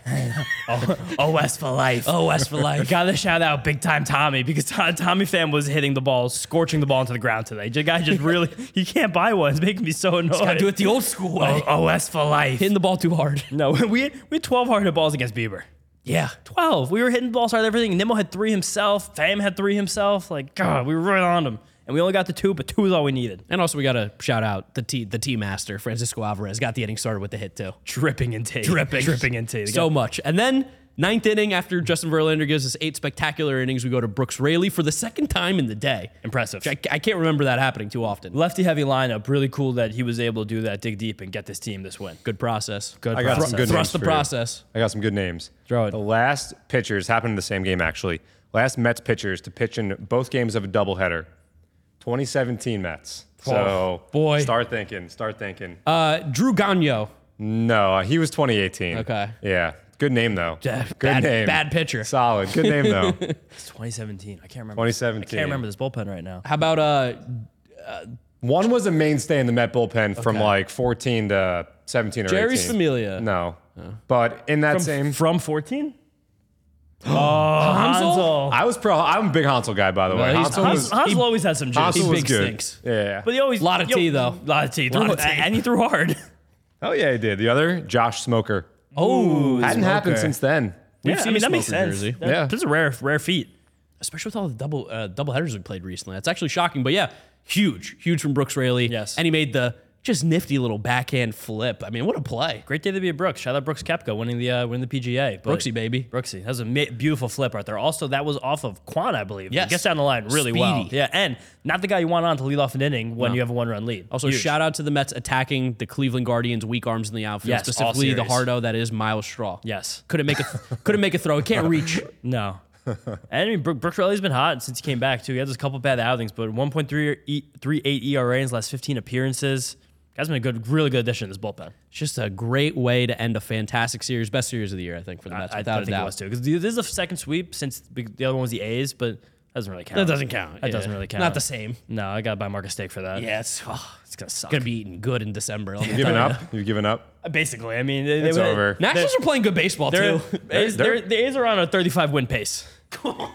Speaker 2: OS for life.
Speaker 1: Oh, that's
Speaker 2: *laughs*
Speaker 1: for
Speaker 2: I
Speaker 1: life.
Speaker 2: gotta shout out big time Tommy because Tom- Tommy fan was hitting the ball, scorching the ball into the ground today. The guy just really, *laughs* he can't buy one. It's making me so annoyed.
Speaker 1: *laughs* Gotta do it the old school way.
Speaker 2: O- OS for life.
Speaker 1: Oh, Hitting the ball too hard.
Speaker 2: no, *laughs* we had, we had 12 hard hit balls against Bieber.
Speaker 1: Yeah.
Speaker 2: 12. We were hitting balls hard, everything. Nimmo had three himself. Fam had three himself. Like, God, we were right on him. And we only got the two, but two is all we needed.
Speaker 1: And also, we got to shout out the T, the T master, Francisco Alvarez, got the inning started with the hit, too.
Speaker 2: Dripping in tea. Dripping. Dripping in tea. The
Speaker 1: So
Speaker 2: guy-
Speaker 1: much. And then, ninth inning, after Justin Verlander gives us eight spectacular innings, we go to Brooks Raley for the second time in the day.
Speaker 2: impressive.
Speaker 1: Which I, I can't remember that happening too often.
Speaker 2: Lefty heavy lineup. Really cool that he was able to do that, dig deep, and get this team this win.
Speaker 1: Good process. Good
Speaker 3: I got some good
Speaker 1: Thrust
Speaker 3: names
Speaker 1: the
Speaker 3: for you.
Speaker 1: process.
Speaker 3: I got some good names.
Speaker 2: Throw it.
Speaker 3: The last pitchers happened in the same game, actually. Last Mets pitchers to pitch in both games of a doubleheader. 2017 Mets.
Speaker 2: Oh,
Speaker 3: So
Speaker 1: boy.
Speaker 3: start thinking, start thinking.
Speaker 1: Uh, Drew Gagno.
Speaker 3: no, uh, he was 2018.
Speaker 1: Okay.
Speaker 3: Yeah, good name though.
Speaker 1: Yeah,
Speaker 3: Good
Speaker 1: bad-
Speaker 3: name.
Speaker 1: bad pitcher.
Speaker 3: Solid. Good
Speaker 2: *laughs*
Speaker 3: name though.
Speaker 2: It's 2017. I can't remember.
Speaker 3: 2017.
Speaker 2: I can't remember this bullpen right now.
Speaker 1: How about uh,
Speaker 3: One was a mainstay in the Met bullpen from like 14 to 17 or
Speaker 1: Jerry
Speaker 3: 18.
Speaker 1: Familia?
Speaker 3: No, but in that same.
Speaker 2: From *gasps* 14?
Speaker 1: Hansel?
Speaker 2: Oh, Hansel.
Speaker 3: I was pro. I'm a big Hansel guy, by the way.
Speaker 1: he's-
Speaker 3: Hansel
Speaker 2: Hansel,
Speaker 3: was,
Speaker 2: Hansel always has some juice.
Speaker 1: he
Speaker 3: Hansel was
Speaker 1: big
Speaker 3: good.
Speaker 1: stinks.
Speaker 3: Yeah.
Speaker 2: But he always
Speaker 1: Lot of
Speaker 2: yo-
Speaker 1: tea, though.
Speaker 2: Lot of tea.
Speaker 1: Lot
Speaker 2: lot
Speaker 1: of
Speaker 2: of-
Speaker 1: tea.
Speaker 2: And he threw hard.
Speaker 3: Oh yeah, he did. The other, Josh Smoker.
Speaker 1: Oh,
Speaker 3: Hadn't happened since then.
Speaker 1: We've
Speaker 2: yeah,
Speaker 1: seen
Speaker 2: I mean
Speaker 1: him
Speaker 2: that makes
Speaker 1: smoke in
Speaker 2: sense.
Speaker 1: Jersey.
Speaker 2: That-
Speaker 3: Yeah.
Speaker 2: That's a rare rare feat.
Speaker 1: especially with all the double uh, double headers we played recently. That's actually shocking, but yeah, huge, huge from Brooks Raley.
Speaker 2: Yes.
Speaker 1: and he made the just nifty little backhand flip. I mean, what a play,
Speaker 2: Great day to be a Brooks. Shout out Brooks Kepka winning the uh, winning the PGA. But
Speaker 1: Brooksy baby.
Speaker 2: Brooksy. That was a ma- beautiful flip right there. Also, that was off of Quan, I believe.
Speaker 1: Yes.
Speaker 2: He gets down the line really well.
Speaker 1: Speedy.
Speaker 2: Yeah, and not the guy you want on to lead off an inning when you have a one run lead.
Speaker 1: Also,
Speaker 2: Huge.
Speaker 1: shout out to the Mets attacking the Cleveland Guardians' weak arms in the outfield,
Speaker 2: Yes, all
Speaker 1: specifically the
Speaker 2: series.
Speaker 1: hardo that is Miles Straw.
Speaker 2: Yes.
Speaker 1: couldn't make a *laughs* couldn't make a throw. It can't reach.
Speaker 2: No. *laughs* and I mean, Brook, Brooks Riley's been hot since he came back, too. He had just a couple bad outings, but 1.38 ERA E in his last 15 appearances. Guy's been a good, really good addition to this bullpen.
Speaker 1: It's just a great way to end a fantastic series, best series of the year, I think, for the Mets,
Speaker 2: I, I
Speaker 1: without a
Speaker 2: think
Speaker 1: doubt.
Speaker 2: it was, too. Because this is the second sweep since the the other one was the A's, but that doesn't really count.
Speaker 1: That doesn't count.
Speaker 2: That
Speaker 1: yeah.
Speaker 2: doesn't really count.
Speaker 1: Not the same.
Speaker 2: No, I got to buy Mark a steak for that.
Speaker 1: Yes, oh,
Speaker 2: It's going to suck.
Speaker 1: gonna be eating good in December. let me
Speaker 3: You've
Speaker 1: tell
Speaker 3: given
Speaker 1: you.
Speaker 3: up. You've given up.
Speaker 2: Basically, I mean, they,
Speaker 3: It's
Speaker 2: they,
Speaker 3: over.
Speaker 1: Nationals are playing good baseball
Speaker 2: They're,
Speaker 1: too.
Speaker 2: A's- they're, the A's are on a 35 win pace.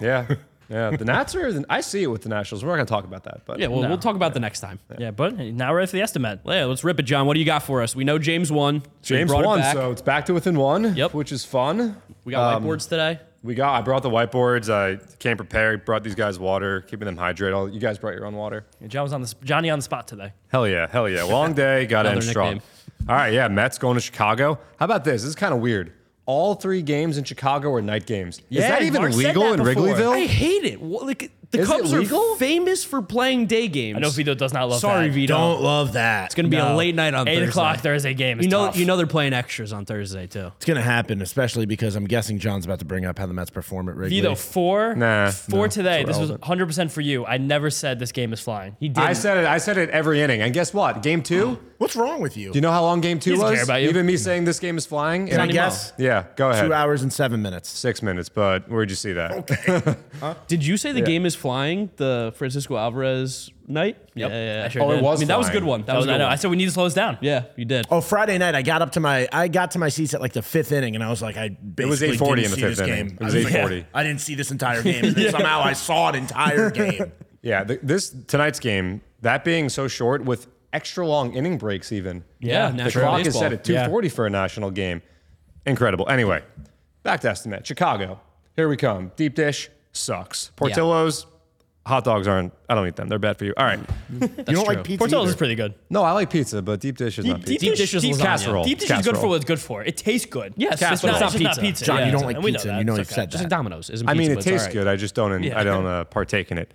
Speaker 3: Yeah. Yeah. The Nats are. I see it with the Nationals. We're not gonna talk about that. But
Speaker 1: *laughs* Yeah, well, we'll talk about the next time.
Speaker 2: Yeah, but now we're ready for the estimate.
Speaker 1: Yeah, let's rip it, John. What do you got for us? We know James won. so we
Speaker 3: James
Speaker 1: brought it
Speaker 3: won,
Speaker 1: back.
Speaker 3: so it's back to within one.
Speaker 1: Yep.
Speaker 3: Which is fun.
Speaker 1: we got
Speaker 3: Um,
Speaker 1: whiteboards today.
Speaker 3: We got. I brought the whiteboards. I came prepared. Brought these guys water, keeping them hydrated. All you guys brought your own water.
Speaker 2: John was on the, sp- Johnny on the spot today.
Speaker 3: Hell yeah, hell
Speaker 2: *laughs*
Speaker 3: yeah. Long day, got to end
Speaker 1: Another
Speaker 3: strong. All right, yeah, Mets going to Chicago. How about this? This is kind of weird. All three games in Chicago were night games.
Speaker 2: Yeah,
Speaker 3: is that even
Speaker 2: Mark said
Speaker 3: legal
Speaker 2: that
Speaker 3: in
Speaker 2: before.
Speaker 1: I
Speaker 3: Wrigleyville?
Speaker 1: hate it. What- like, the
Speaker 3: Is it
Speaker 1: Cubs are
Speaker 3: legal?
Speaker 1: famous for playing day games.
Speaker 2: I know Vito does not love
Speaker 1: Sorry,
Speaker 2: that.
Speaker 1: Vito.
Speaker 4: Don't love that.
Speaker 1: It's
Speaker 4: It's
Speaker 1: gonna be a
Speaker 2: No.
Speaker 1: late night on
Speaker 2: Eight
Speaker 1: Thursday.
Speaker 2: o'clock Thursday game. Is
Speaker 1: You know,
Speaker 2: tough.
Speaker 1: you know they're playing extras on Thursday too.
Speaker 4: gonna happen, especially because I'm guessing John's about to bring up how the Mets perform at Wrigley.
Speaker 2: Vito four,
Speaker 3: Nah,
Speaker 2: four
Speaker 3: no,
Speaker 2: today.
Speaker 3: it's
Speaker 2: This was
Speaker 3: irrelevant.
Speaker 2: 100 percent for you. I never said this game is flying. He
Speaker 3: I said it. I said it every inning. And guess what? Game two.
Speaker 4: What's wrong with you?
Speaker 3: You know how long game two
Speaker 2: He doesn't
Speaker 3: was?
Speaker 2: care about you.
Speaker 3: Even me saying this game is flying.
Speaker 4: Can I
Speaker 3: And-
Speaker 4: guess?
Speaker 3: Yeah, go
Speaker 4: Two
Speaker 3: ahead.
Speaker 4: hours and seven minutes.
Speaker 3: Six minutes, but where'd you see that?
Speaker 1: Did you say the game is flying? The Francisco Alvarez night. Yeah, yeah, yeah.
Speaker 2: I sure
Speaker 3: Oh, it
Speaker 2: did.
Speaker 3: was
Speaker 1: I mean, that was a
Speaker 3: flying.
Speaker 1: good one. That,
Speaker 2: That
Speaker 1: was
Speaker 2: was,
Speaker 1: a good
Speaker 2: I know.
Speaker 1: one.
Speaker 2: I said we need to slow this down.
Speaker 1: yeah, you did.
Speaker 4: Oh, Friday night I got up to my I got to my seats at like the fifth inning, and I was like, I basically
Speaker 3: was 8:40
Speaker 4: didn't
Speaker 3: in the
Speaker 4: see
Speaker 3: fifth
Speaker 4: this
Speaker 3: inning.
Speaker 4: game.
Speaker 3: It was
Speaker 4: I like,
Speaker 3: 8:40.
Speaker 4: I didn't see this entire
Speaker 3: *laughs*
Speaker 4: game. And then Somehow I saw an entire game.
Speaker 3: Yeah, th- this tonight's game, that being so short with extra long inning breaks, even.
Speaker 1: Yeah,
Speaker 3: the
Speaker 1: National
Speaker 3: clock is
Speaker 1: Baseball.
Speaker 3: set at 2:40 for a national game. Incredible. Anyway, back to estimate. Chicago, here we come. Deep dish sucks. Portillo's hot dogs aren't. I don't eat them. They're bad for you. All right.
Speaker 4: you don't
Speaker 1: true.
Speaker 4: like pizza.
Speaker 2: Portillo's
Speaker 4: either.
Speaker 2: is pretty good.
Speaker 3: No, I like pizza, but deep dish is not pizza.
Speaker 1: deep dish is lasagna.
Speaker 3: Casserole.
Speaker 2: Deep dish is good
Speaker 3: Casserole.
Speaker 2: for what it's good for. It tastes good.
Speaker 1: Yes,
Speaker 2: it's
Speaker 1: casserole.
Speaker 2: not, it's
Speaker 1: It's
Speaker 2: just
Speaker 1: not
Speaker 2: not
Speaker 1: pizza.
Speaker 2: pizza.
Speaker 4: John,
Speaker 2: Yeah,
Speaker 4: you don't
Speaker 2: it's-
Speaker 4: like
Speaker 2: and we know
Speaker 4: pizza.
Speaker 2: that.
Speaker 4: and you know
Speaker 2: It's
Speaker 4: you've
Speaker 2: okay.
Speaker 4: said
Speaker 1: Just like
Speaker 4: that.
Speaker 1: Domino's. Isn't
Speaker 3: I mean,
Speaker 1: pizza,
Speaker 3: it
Speaker 1: but it's all
Speaker 3: tastes
Speaker 1: right.
Speaker 3: good. I just don't. I don't uh, partake in it.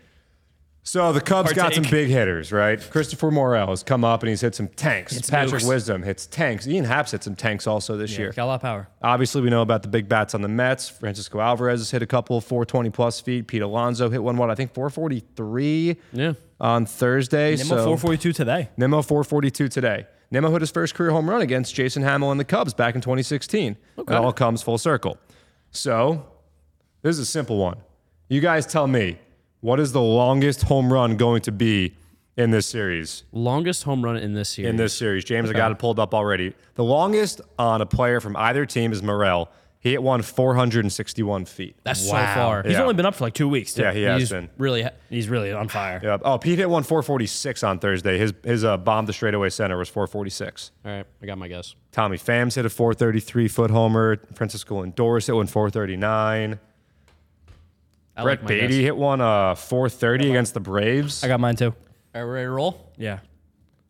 Speaker 3: So the Cubs got some
Speaker 2: Partake.
Speaker 3: big hitters, right? Christopher Morel has come up and he's hit some tanks. Patrick
Speaker 1: nukes.
Speaker 3: Wisdom hits tanks. Ian Happ's hit some tanks also this year.
Speaker 1: Got a lot of power.
Speaker 3: Obviously, we know about the big bats on the Mets. Francisco Alvarez has hit a couple 420 plus feet. Pete Alonso hit one, what I think 443
Speaker 1: Yeah.
Speaker 3: on Thursday.
Speaker 2: Nemo
Speaker 3: so
Speaker 2: 442 today.
Speaker 3: Nemo 442 today. Nemo hit his first career home run against Jason Hamill and the Cubs back in 2016. It all comes full circle. So, this is a simple one. You guys tell me, what is the longest home run going to be in this series?
Speaker 1: Longest home run in this series.
Speaker 3: In this series, James, I got it pulled up already. The longest on a player from either team is Morel. He hit one 461 feet.
Speaker 1: That's
Speaker 2: Wow.
Speaker 1: so far.
Speaker 2: He's
Speaker 3: Yeah.
Speaker 2: only been up for like two weeks. Too.
Speaker 3: yeah, he has
Speaker 1: He's
Speaker 3: been.
Speaker 1: really ha-
Speaker 2: He's really on fire.
Speaker 3: Yeah. Oh, Pete hit one 446 on Thursday. His his uh, bomb to straightaway center was 446.
Speaker 1: all right. I got my guess.
Speaker 3: Tommy Phams hit a 433 foot homer. Francisco Lindor hit one 439.
Speaker 1: I
Speaker 3: Brett
Speaker 1: like my
Speaker 3: Beatty
Speaker 1: guess.
Speaker 3: hit one uh, 430 against the Braves.
Speaker 2: I got mine too.
Speaker 1: All right, we're ready to roll.
Speaker 2: Yeah.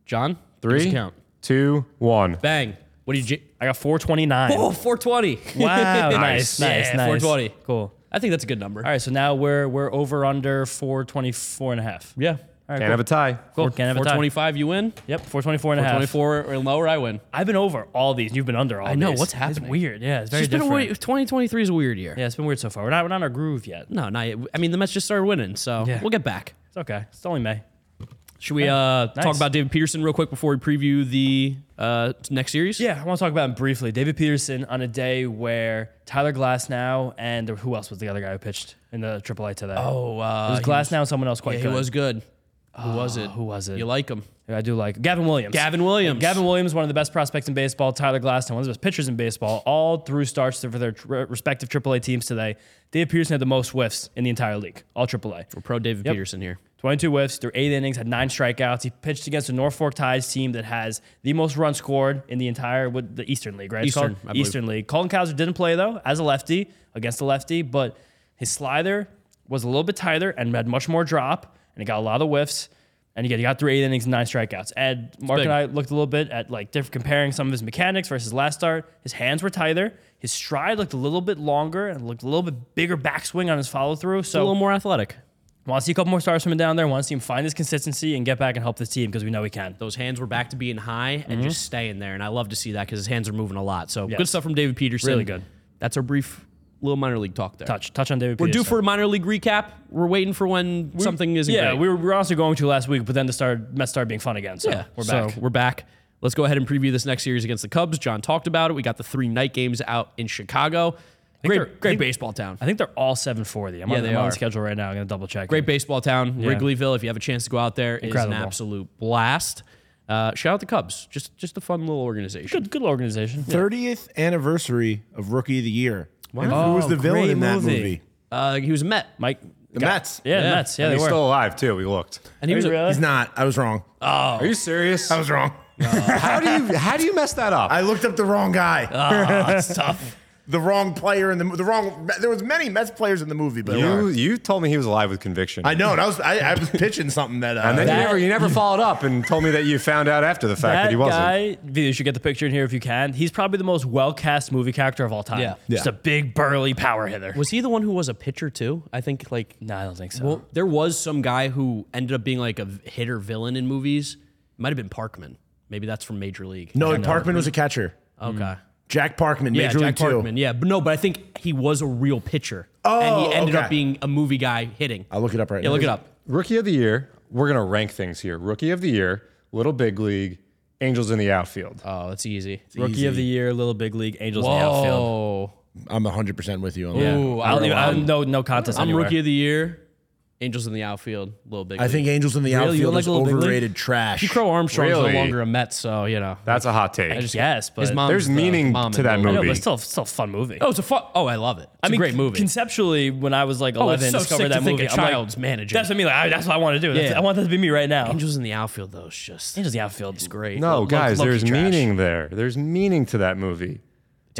Speaker 1: John, give us a
Speaker 3: Three,
Speaker 1: count.
Speaker 3: two, one.
Speaker 1: Bang. What did you?
Speaker 2: I got 429.
Speaker 1: Oh, *laughs* 420.
Speaker 2: *laughs* Wow. nice.
Speaker 3: Nice.
Speaker 2: Nice.
Speaker 1: Yeah,
Speaker 2: nice.
Speaker 1: 420.
Speaker 2: Cool.
Speaker 1: I think that's a good number.
Speaker 2: All right. So now we're we're over under 424 and a half.
Speaker 1: Yeah.
Speaker 2: All right,
Speaker 3: Can't have a tie.
Speaker 2: cool. Cool. Can't have a tie.
Speaker 1: 425, you win.
Speaker 2: Yep. 424 and a half.
Speaker 1: 424 or lower, I win.
Speaker 2: I've been over all these. and You've been under all
Speaker 1: I know,
Speaker 2: these.
Speaker 1: what's happening?
Speaker 2: It's weird. Yeah. It's very
Speaker 1: It's been a
Speaker 2: different.
Speaker 1: weird, 2023 is a weird year.
Speaker 2: yeah. It's been weird so far. We're not we're not in our groove yet.
Speaker 1: No, not yet. I mean, the Mets just started winning, so
Speaker 2: Yeah.
Speaker 1: we'll get back.
Speaker 2: It's okay. It's only May.
Speaker 1: Should we uh, talk
Speaker 2: Nice.
Speaker 1: about David Peterson real quick before we preview the uh, next series?
Speaker 2: Yeah, I want to talk about him briefly. David Peterson on a day where Tyler Glass now and who else was the other guy who pitched in the AAA today?
Speaker 1: Oh, uh,
Speaker 2: it was
Speaker 1: he
Speaker 2: Glass now and someone else
Speaker 1: Yeah,
Speaker 2: quite
Speaker 1: he
Speaker 2: good.
Speaker 1: was good. Ah, who was it?
Speaker 2: who was it?
Speaker 1: You like him?
Speaker 2: who I do like Gavin Williams.
Speaker 1: Gavin Williams.
Speaker 2: Gavin Williams, one of the best prospects in baseball. Tyler Glass, one of the best pitchers in baseball. All through starts for their tr- respective AAA teams today. David Peterson had the most whiffs in the entire league, all AAA.
Speaker 1: We're pro David Peterson here.
Speaker 2: 22 whiffs through eight innings, had nine strikeouts. He pitched against a Norfolk Tides team that has the most runs scored in the entire what, the Eastern League, right? It's
Speaker 1: Eastern,
Speaker 2: called
Speaker 1: I believe.
Speaker 2: Eastern League. Colin Cowser didn't play though as a lefty against a lefty, but his slider was a little bit tighter and had much more drop, and he got a lot of whiffs. And again, he got through eight innings, and nine strikeouts. Ed, Mark,
Speaker 1: big.
Speaker 2: and I looked a little bit at like different comparing some of his mechanics versus last start. His hands were tighter. His stride looked a little bit longer and looked a little bit bigger backswing on his follow through. So
Speaker 1: A little more athletic.
Speaker 2: Want to see a couple more stars from him down there. Want to see him find his consistency and get back and help this team because we know he can.
Speaker 1: Those hands were back to being high and just staying there, and I love to see that because his hands are moving a lot. So good
Speaker 2: Mm-hmm. Yes.
Speaker 1: stuff from David Peterson.
Speaker 2: Really good.
Speaker 1: That's our brief little minor league talk there.
Speaker 2: Touch, touch on David.
Speaker 1: We're due
Speaker 2: Peterson.
Speaker 1: for a minor league recap. We're waiting for when something isn't
Speaker 2: yeah.
Speaker 1: great.
Speaker 2: We were, we were honestly going to last week, but then the start Mets started being fun again. So
Speaker 1: yeah,
Speaker 2: we're
Speaker 1: so
Speaker 2: back.
Speaker 1: we're back. Let's go ahead and preview this next series against the Cubs. John talked about it. We got the three night games out in Chicago.
Speaker 2: they're-
Speaker 1: Great,
Speaker 2: I
Speaker 1: great
Speaker 2: think-
Speaker 1: baseball town.
Speaker 2: I think they're all 740. I'm,
Speaker 1: Yeah,
Speaker 2: on,
Speaker 1: they
Speaker 2: I'm on
Speaker 1: are.
Speaker 2: the schedule right now. I'm gonna double check.
Speaker 1: Great baseball town, Wrigleyville. If you have a chance to go out there, it is an
Speaker 2: Incredible.
Speaker 1: absolute blast. Uh, shout out the Cubs. Just, just a fun little organization.
Speaker 2: good, good organization.
Speaker 4: 30th anniversary of Rookie of the Year. And who was the villain
Speaker 2: Oh, great
Speaker 4: in that
Speaker 2: movie.
Speaker 4: movie?
Speaker 1: Uh, he was a Met,
Speaker 2: Mike.
Speaker 4: The Mets.
Speaker 2: Yeah,
Speaker 1: Yeah.
Speaker 2: the Mets. Yeah,
Speaker 3: And
Speaker 2: they
Speaker 3: he's
Speaker 2: were.
Speaker 3: still alive, too. We looked.
Speaker 1: and he was a,
Speaker 4: He's not. I was wrong.
Speaker 3: Are you serious?
Speaker 4: I was wrong.
Speaker 3: how do you how do you mess that up?
Speaker 4: *laughs* I looked up the
Speaker 3: *laughs*
Speaker 4: wrong guy.
Speaker 3: Ah,
Speaker 1: that's tough.
Speaker 4: the wrong player in the the wrong. There was many Mets players in the movie, but
Speaker 3: you you told me he was alive with conviction.
Speaker 4: I know. And I was I, I was pitching something that. Uh,
Speaker 3: and then
Speaker 2: That-
Speaker 3: you, never, you never followed up and told me that you found out after the fact that,
Speaker 2: That
Speaker 3: he wasn't.
Speaker 2: guy, Vito, you should get the picture in here if you can. He's probably the most well cast movie character of all time.
Speaker 1: Yeah.
Speaker 2: Just a big, burly power hitter.
Speaker 1: Was he the one who was a pitcher too? I think like
Speaker 2: no, I don't think so.
Speaker 1: well, there was some guy who ended up being like a hitter villain in movies. It might have been Parkman. Maybe that's from Major League.
Speaker 4: no, Parkman was a catcher.
Speaker 1: Okay.
Speaker 4: Jack Parkman,
Speaker 1: Yeah,
Speaker 4: Major
Speaker 1: Jack
Speaker 4: League
Speaker 1: Parkman.
Speaker 4: Two.
Speaker 1: Yeah, but no, but I think he was a real pitcher. Oh, and he ended
Speaker 4: okay.
Speaker 1: up being a movie guy hitting.
Speaker 4: I'll look it up right
Speaker 1: yeah,
Speaker 4: now.
Speaker 1: look it up.
Speaker 3: Rookie of the year. We're gonna rank things here. Rookie of the year, Little Big League, Angels in the outfield.
Speaker 1: Oh, that's easy.
Speaker 2: Rookie of the year, Little Big League, Angels in the outfield.
Speaker 1: Oh,
Speaker 4: I'm 100 percent with you on
Speaker 2: Yeah.
Speaker 4: that.
Speaker 1: Ooh, I
Speaker 2: I don't
Speaker 1: don't
Speaker 2: even,
Speaker 1: know.
Speaker 2: I don't know no contest
Speaker 1: I'm
Speaker 2: anywhere.
Speaker 1: rookie of the year. Angels in the outfield, little big.
Speaker 4: I think Angels in the
Speaker 1: Really? You
Speaker 4: outfield
Speaker 1: like
Speaker 4: is
Speaker 1: Little Big League?
Speaker 4: overrated trash.
Speaker 1: Crow Armstrong's
Speaker 3: Really?
Speaker 1: no longer a Met, so you know.
Speaker 3: That's a hot take.
Speaker 2: Yes, but
Speaker 1: His mom's
Speaker 3: There's
Speaker 1: the
Speaker 3: meaning
Speaker 1: mom
Speaker 3: to
Speaker 1: in
Speaker 3: that
Speaker 1: Little Big
Speaker 2: I
Speaker 1: League.
Speaker 2: know, but
Speaker 3: movie.
Speaker 2: it's still, still a fun movie.
Speaker 1: Oh, it's a fun. Oh, I love it. It's
Speaker 2: I
Speaker 1: a great movie.
Speaker 2: Conceptually, when I was like
Speaker 1: oh,
Speaker 2: 11,
Speaker 1: it's so
Speaker 2: discovered
Speaker 1: sick
Speaker 2: that
Speaker 1: to
Speaker 2: movie.
Speaker 1: think a
Speaker 2: I'm like,
Speaker 1: child's managing.
Speaker 2: that's what I mean. Like, I, that's what I want to do. That's-
Speaker 1: Yeah.
Speaker 2: I want that to be me right now.
Speaker 1: Angels in the outfield, though, is just
Speaker 2: Angels in the outfield is great.
Speaker 3: no,
Speaker 2: Low-
Speaker 3: guys,
Speaker 2: low-key
Speaker 3: there's
Speaker 2: trash.
Speaker 3: meaning there. There's meaning to that movie.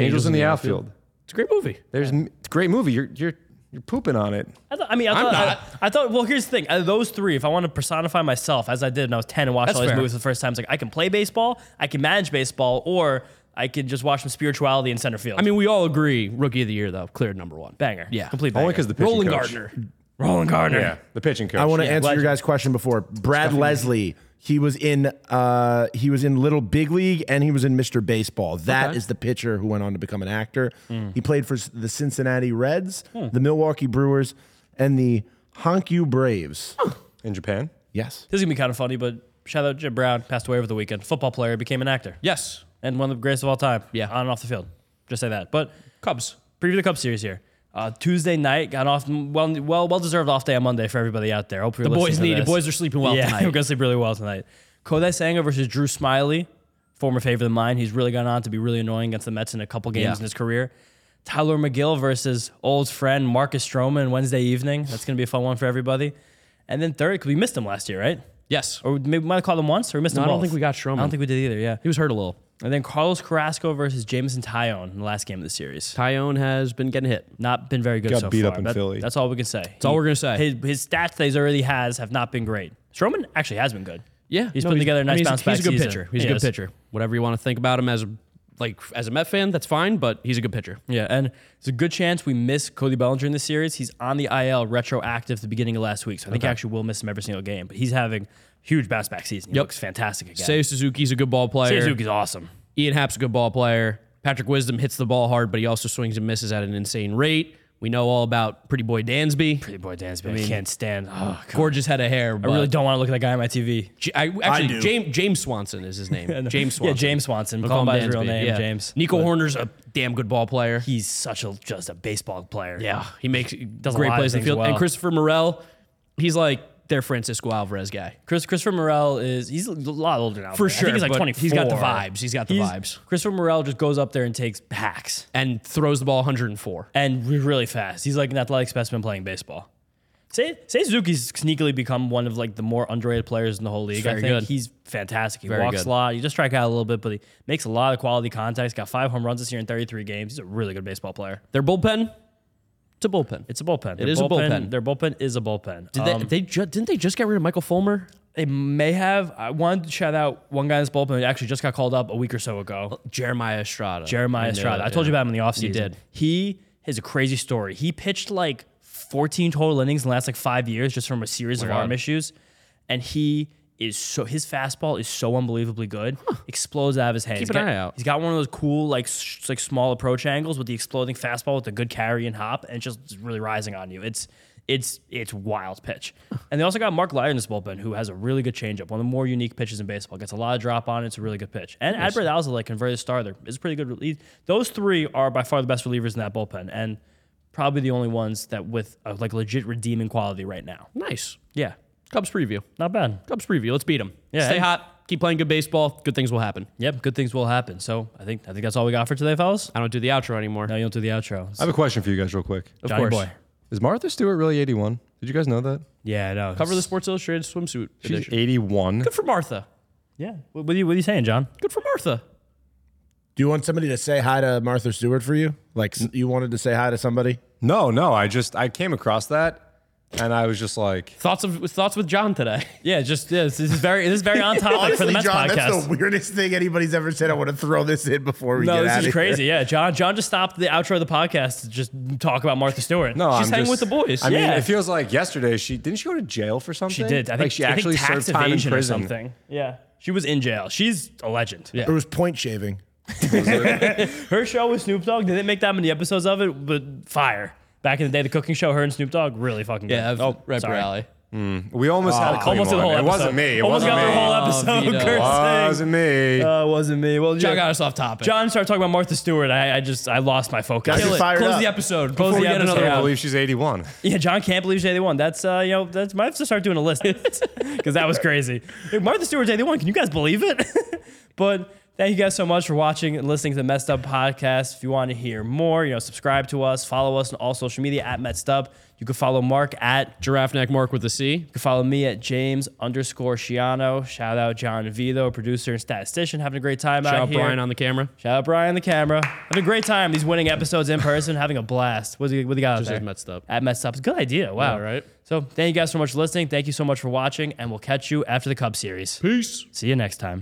Speaker 3: Angels, in the, outfield.
Speaker 1: it's a great movie.
Speaker 3: There's m- it's a great movie. You're you're you're pooping on it.
Speaker 2: I, thought, I mean, I
Speaker 1: I'm
Speaker 2: thought, I,
Speaker 1: not.
Speaker 2: I thought. Well, here's the thing: Out of those three, if I want to personify myself as I did when I was 10 and watched
Speaker 1: That's
Speaker 2: all these
Speaker 1: fair.
Speaker 2: movies for the first time, it's like I can play baseball, I can manage baseball, or I could just watch some spirituality in center field.
Speaker 1: I mean, we all agree, rookie of the year though, clear number one.
Speaker 2: banger.
Speaker 1: Yeah.
Speaker 2: complete banger.
Speaker 3: Only because the pitching
Speaker 1: Roland
Speaker 3: coach.
Speaker 1: Gardner.
Speaker 2: Roland Gardner.
Speaker 3: Yeah, the pitching coach.
Speaker 4: I want to
Speaker 3: to.
Speaker 4: answer
Speaker 2: legend.
Speaker 4: your guys' question before. Brad Leslie, he was in uh, he was in Little Big League and he was in Mr. Baseball. That is the pitcher who went on to become an actor.
Speaker 2: Hmm.
Speaker 4: He played for s- the Cincinnati Reds, the Milwaukee Brewers, and the Honkyu Braves.
Speaker 3: In Japan?
Speaker 4: Yes.
Speaker 2: This is gonna be kind of funny, but shout out Jim Brown, passed away over the weekend. Football player, became an actor.
Speaker 1: Yes.
Speaker 2: and one of the greatest of all time.
Speaker 1: Yeah.
Speaker 2: on and off the field. Just say that. But
Speaker 1: Cubs.
Speaker 2: preview the Cup series here. Uh, Tuesday night got off well, well, well deserved off day on Monday for everybody out there. Hope
Speaker 1: The
Speaker 2: you're
Speaker 1: boys
Speaker 2: listening to
Speaker 1: need- the
Speaker 2: this.
Speaker 1: boys are sleeping well
Speaker 2: yeah, *laughs*
Speaker 1: tonight.
Speaker 2: we're gonna sleep really well tonight. Kodai Sanger versus Drew Smiley, former favorite of mine. He's really gone on to be really annoying against the Mets in a couple games
Speaker 1: Yeah.
Speaker 2: in his career. Tyler McGill versus old friend Marcus Stroman Wednesday evening. That's gonna be a fun one for everybody. And then third, because we missed him last year, right?
Speaker 1: Yes.
Speaker 2: Or maybe we might have called him once, or we missed
Speaker 1: No,
Speaker 2: him.
Speaker 1: I don't
Speaker 2: both.
Speaker 1: think we got Stroman.
Speaker 2: I don't think we did either. Yeah.
Speaker 1: He was hurt a little.
Speaker 2: And then Carlos Carrasco versus Jameson Tyone in the last game of the series.
Speaker 1: Tyone has been getting hit.
Speaker 2: Not been very good
Speaker 3: Got
Speaker 2: so
Speaker 3: beat
Speaker 2: far.
Speaker 3: up in
Speaker 2: That-
Speaker 3: Philly.
Speaker 2: That's all we can say. That's
Speaker 1: all we're gonna say.
Speaker 2: His, his stats that he's already has have not been great. Stroman actually has been good.
Speaker 1: Yeah,
Speaker 2: he's
Speaker 1: no,
Speaker 2: putting together a
Speaker 1: I
Speaker 2: nice
Speaker 1: mean, he's-
Speaker 2: bounce back
Speaker 1: He's a good
Speaker 2: season.
Speaker 1: pitcher. He's
Speaker 2: He
Speaker 1: a good
Speaker 2: is.
Speaker 1: pitcher. Whatever you want to think about him as a like as a Met fan, that's fine. But he's a good pitcher.
Speaker 2: Yeah, and there's a good chance we miss Cody Bellinger in this series. He's on the IL retroactive to the beginning of last week, so I think I actually will miss him every single game. But he's having huge bounce back season. He
Speaker 1: Yep.
Speaker 2: looks fantastic again.
Speaker 1: Say Suzuki's a good ball player.
Speaker 2: Suzuki's awesome.
Speaker 1: Ian Happ's a good ball player. Patrick Wisdom hits the ball hard, but he also swings and misses at an insane rate. We know all about Pretty Boy Dansby.
Speaker 2: Pretty boy Dansby. I, can't stand. Oh, God.
Speaker 1: Gorgeous head of hair.
Speaker 2: I really don't want to look at that guy on my TV.
Speaker 1: J- I, actually, James, James Swanson is his name. James
Speaker 2: *laughs* Yeah,
Speaker 1: Swanson.
Speaker 2: James Swanson.
Speaker 1: We'll
Speaker 2: Call him by his
Speaker 1: Dansby.
Speaker 2: real name,
Speaker 1: Yeah.
Speaker 2: James.
Speaker 1: Nico
Speaker 2: But
Speaker 1: Horner's a damn good ball player.
Speaker 2: He's such a just a baseball player.
Speaker 1: yeah, he makes
Speaker 2: a
Speaker 1: great
Speaker 2: lot of
Speaker 1: plays in the
Speaker 2: things
Speaker 1: field.
Speaker 2: well.
Speaker 1: And Christopher Morel, he's like their Francisco Alvarez guy.
Speaker 2: Chris Christopher Morel is he's a lot older now.
Speaker 1: For
Speaker 2: but I
Speaker 1: sure,
Speaker 2: think he's like
Speaker 1: but
Speaker 2: 24.
Speaker 1: he's got the vibes. He's got the vibes.
Speaker 2: Christopher Morel just goes up there and takes hacks
Speaker 1: And throws the ball 104.
Speaker 2: and re- really fast. He's like an athletic specimen playing baseball. Say, say Suzuki's sneakily become one of like the more underrated players in the whole league. I
Speaker 1: very
Speaker 2: think
Speaker 1: good.
Speaker 2: he's fantastic. He
Speaker 1: Very
Speaker 2: walks
Speaker 1: good.
Speaker 2: a lot. He just strike out a little bit, but he makes a lot of quality contacts. Got five home runs this year in 33 games. He's a really good baseball player.
Speaker 1: Their bullpen, it's a bullpen.
Speaker 2: It's a bullpen. Their
Speaker 1: is a bullpen.
Speaker 2: Their bullpen is a bullpen.
Speaker 1: Did
Speaker 2: Um,
Speaker 1: they, they ju- didn't they just get rid of Michael Fulmer?
Speaker 2: They may have. I wanted to shout out one guy in this bullpen who actually just got called up a week or so ago.
Speaker 1: Jeremiah Estrada.
Speaker 2: Jeremiah
Speaker 1: I knew
Speaker 2: Estrada.
Speaker 1: it,
Speaker 2: I told
Speaker 1: yeah.
Speaker 2: you about him in the offseason.
Speaker 1: You did.
Speaker 2: He has a crazy story. He pitched like 14 total innings in the last like five years just from a series of
Speaker 1: God.
Speaker 2: arm issues. And he is so his fastball is so unbelievably good. Explodes out of his hand.
Speaker 1: Keep
Speaker 2: He's
Speaker 1: an
Speaker 2: got-
Speaker 1: eye out.
Speaker 2: He's got one of those cool like sh- like small approach angles with the exploding fastball with a good carry and hop, and it's just it's really rising on you. It's it's it's
Speaker 1: *laughs*
Speaker 2: wild pitch. and they also got Mark Lyon in this bullpen, who has a really good changeup, one of the more unique pitches in baseball. Gets a lot of drop on. it. It's a really good pitch. And Adbert Alza, like converted starter, is a pretty good. Relief. Those three are by far the best relievers in that bullpen, and probably the only ones that with a, like legit redeeming quality right now.
Speaker 1: Nice.
Speaker 2: Yeah,
Speaker 1: Cubs preview.
Speaker 2: not bad.
Speaker 1: Cubs preview. Let's beat them.
Speaker 2: Yeah.
Speaker 1: Stay hot. Keep playing good baseball. Good things will happen.
Speaker 2: Yep, good things will happen. So I think I think that's all we got for today, fellas.
Speaker 1: I don't do the outro anymore.
Speaker 2: No, you don't do the outro.
Speaker 3: I have a question for you guys, real quick.
Speaker 1: of
Speaker 2: Johnny
Speaker 1: course.
Speaker 2: boy.
Speaker 3: Is Martha Stewart really 81? Did you guys know that?
Speaker 2: Yeah, I know.
Speaker 1: Cover the Sports Illustrated swimsuit
Speaker 3: She's
Speaker 1: edition.
Speaker 3: 81.
Speaker 1: Good for Martha.
Speaker 2: Yeah. What, what, are you, what are you saying, John?
Speaker 1: Good for Martha.
Speaker 4: Do you want somebody to say hi to Martha Stewart for you? Like s- you wanted to say hi to somebody?
Speaker 3: No, no. I just, I came across that and I was just like,
Speaker 1: Thoughts of thoughts with John today.
Speaker 2: *laughs* Yeah, just yeah, this, this is very this is very on topic for the Mets podcast.
Speaker 4: weirdest thing anybody's ever said. I want to throw this in before we
Speaker 2: no, this
Speaker 4: outta
Speaker 2: is crazy. Yeah, John John just stopped the outro of the podcast to just talk about Martha Stewart.
Speaker 3: no,
Speaker 1: She's
Speaker 3: I'm
Speaker 1: hanging
Speaker 3: just-
Speaker 1: with the boys.
Speaker 3: I mean,
Speaker 2: Yeah.
Speaker 3: it feels like yesterday she, didn't she go to jail for something?
Speaker 2: she did. I think
Speaker 3: like she
Speaker 2: I think
Speaker 3: actually
Speaker 2: tax
Speaker 3: served time in
Speaker 2: evasion or
Speaker 3: prison.
Speaker 2: something. Yeah, she was in jail. She's a legend. Yeah.
Speaker 4: It was point shaving.
Speaker 2: Her show with Snoop Dogg didn't make that many episodes of it, but fire. Back in the day, the cooking show, her and Snoop Dogg, really fucking good.
Speaker 1: Yeah, I've
Speaker 2: oh,
Speaker 1: right
Speaker 2: sorry.
Speaker 1: Alley.
Speaker 3: We almost had a clean
Speaker 2: Oh. Almost did the
Speaker 3: one.
Speaker 2: whole
Speaker 3: It
Speaker 2: episode.
Speaker 3: wasn't me. It
Speaker 2: Almost
Speaker 3: wasn't
Speaker 2: got
Speaker 3: me.
Speaker 2: the whole
Speaker 1: Oh,
Speaker 2: episode.
Speaker 1: Vito.
Speaker 2: cursing.
Speaker 3: wasn't me.
Speaker 2: Uh, wasn't me. Well,
Speaker 1: John
Speaker 2: yeah.
Speaker 1: got us off topic.
Speaker 2: John started talking about Martha Stewart. I, I just I lost my focus.
Speaker 4: Guys,
Speaker 1: Kill
Speaker 4: you're
Speaker 1: it.
Speaker 4: fired
Speaker 1: Close
Speaker 4: up.
Speaker 1: the episode.
Speaker 2: Close
Speaker 1: before
Speaker 2: the
Speaker 1: we get
Speaker 2: episode
Speaker 1: another
Speaker 2: out.
Speaker 3: I
Speaker 1: one.
Speaker 3: believe she's 81.
Speaker 2: Yeah, John can't believe she's 81. That's uh, you know, that's might have to start doing a list *laughs* because that was crazy. Hey, Martha Stewart's 81. Can you guys believe it? *laughs* but thank you guys so much for watching and listening to the Messed Up podcast. If you want to hear more, you know, subscribe to us, follow us on all social media at Messed Up. You can follow Mark at
Speaker 1: Giraffe neck mark with the C.
Speaker 2: you can follow me at James underscore Shiano. Shout out John Vito, producer and statistician, having a great time
Speaker 1: Shout
Speaker 2: out
Speaker 1: out
Speaker 2: here.
Speaker 1: Brian on the camera.
Speaker 2: Shout out Brian on the camera. Having a great time these winning episodes in person, having a blast. What do you, what do you got out
Speaker 1: Just
Speaker 2: there?
Speaker 1: as messed up.
Speaker 2: At messed up. It's a good idea. Wow.
Speaker 1: Yeah, right?
Speaker 2: So thank you guys so much for listening. Thank you so much for watching, and we'll catch you after the Cub series.
Speaker 1: Peace.
Speaker 2: See you next time.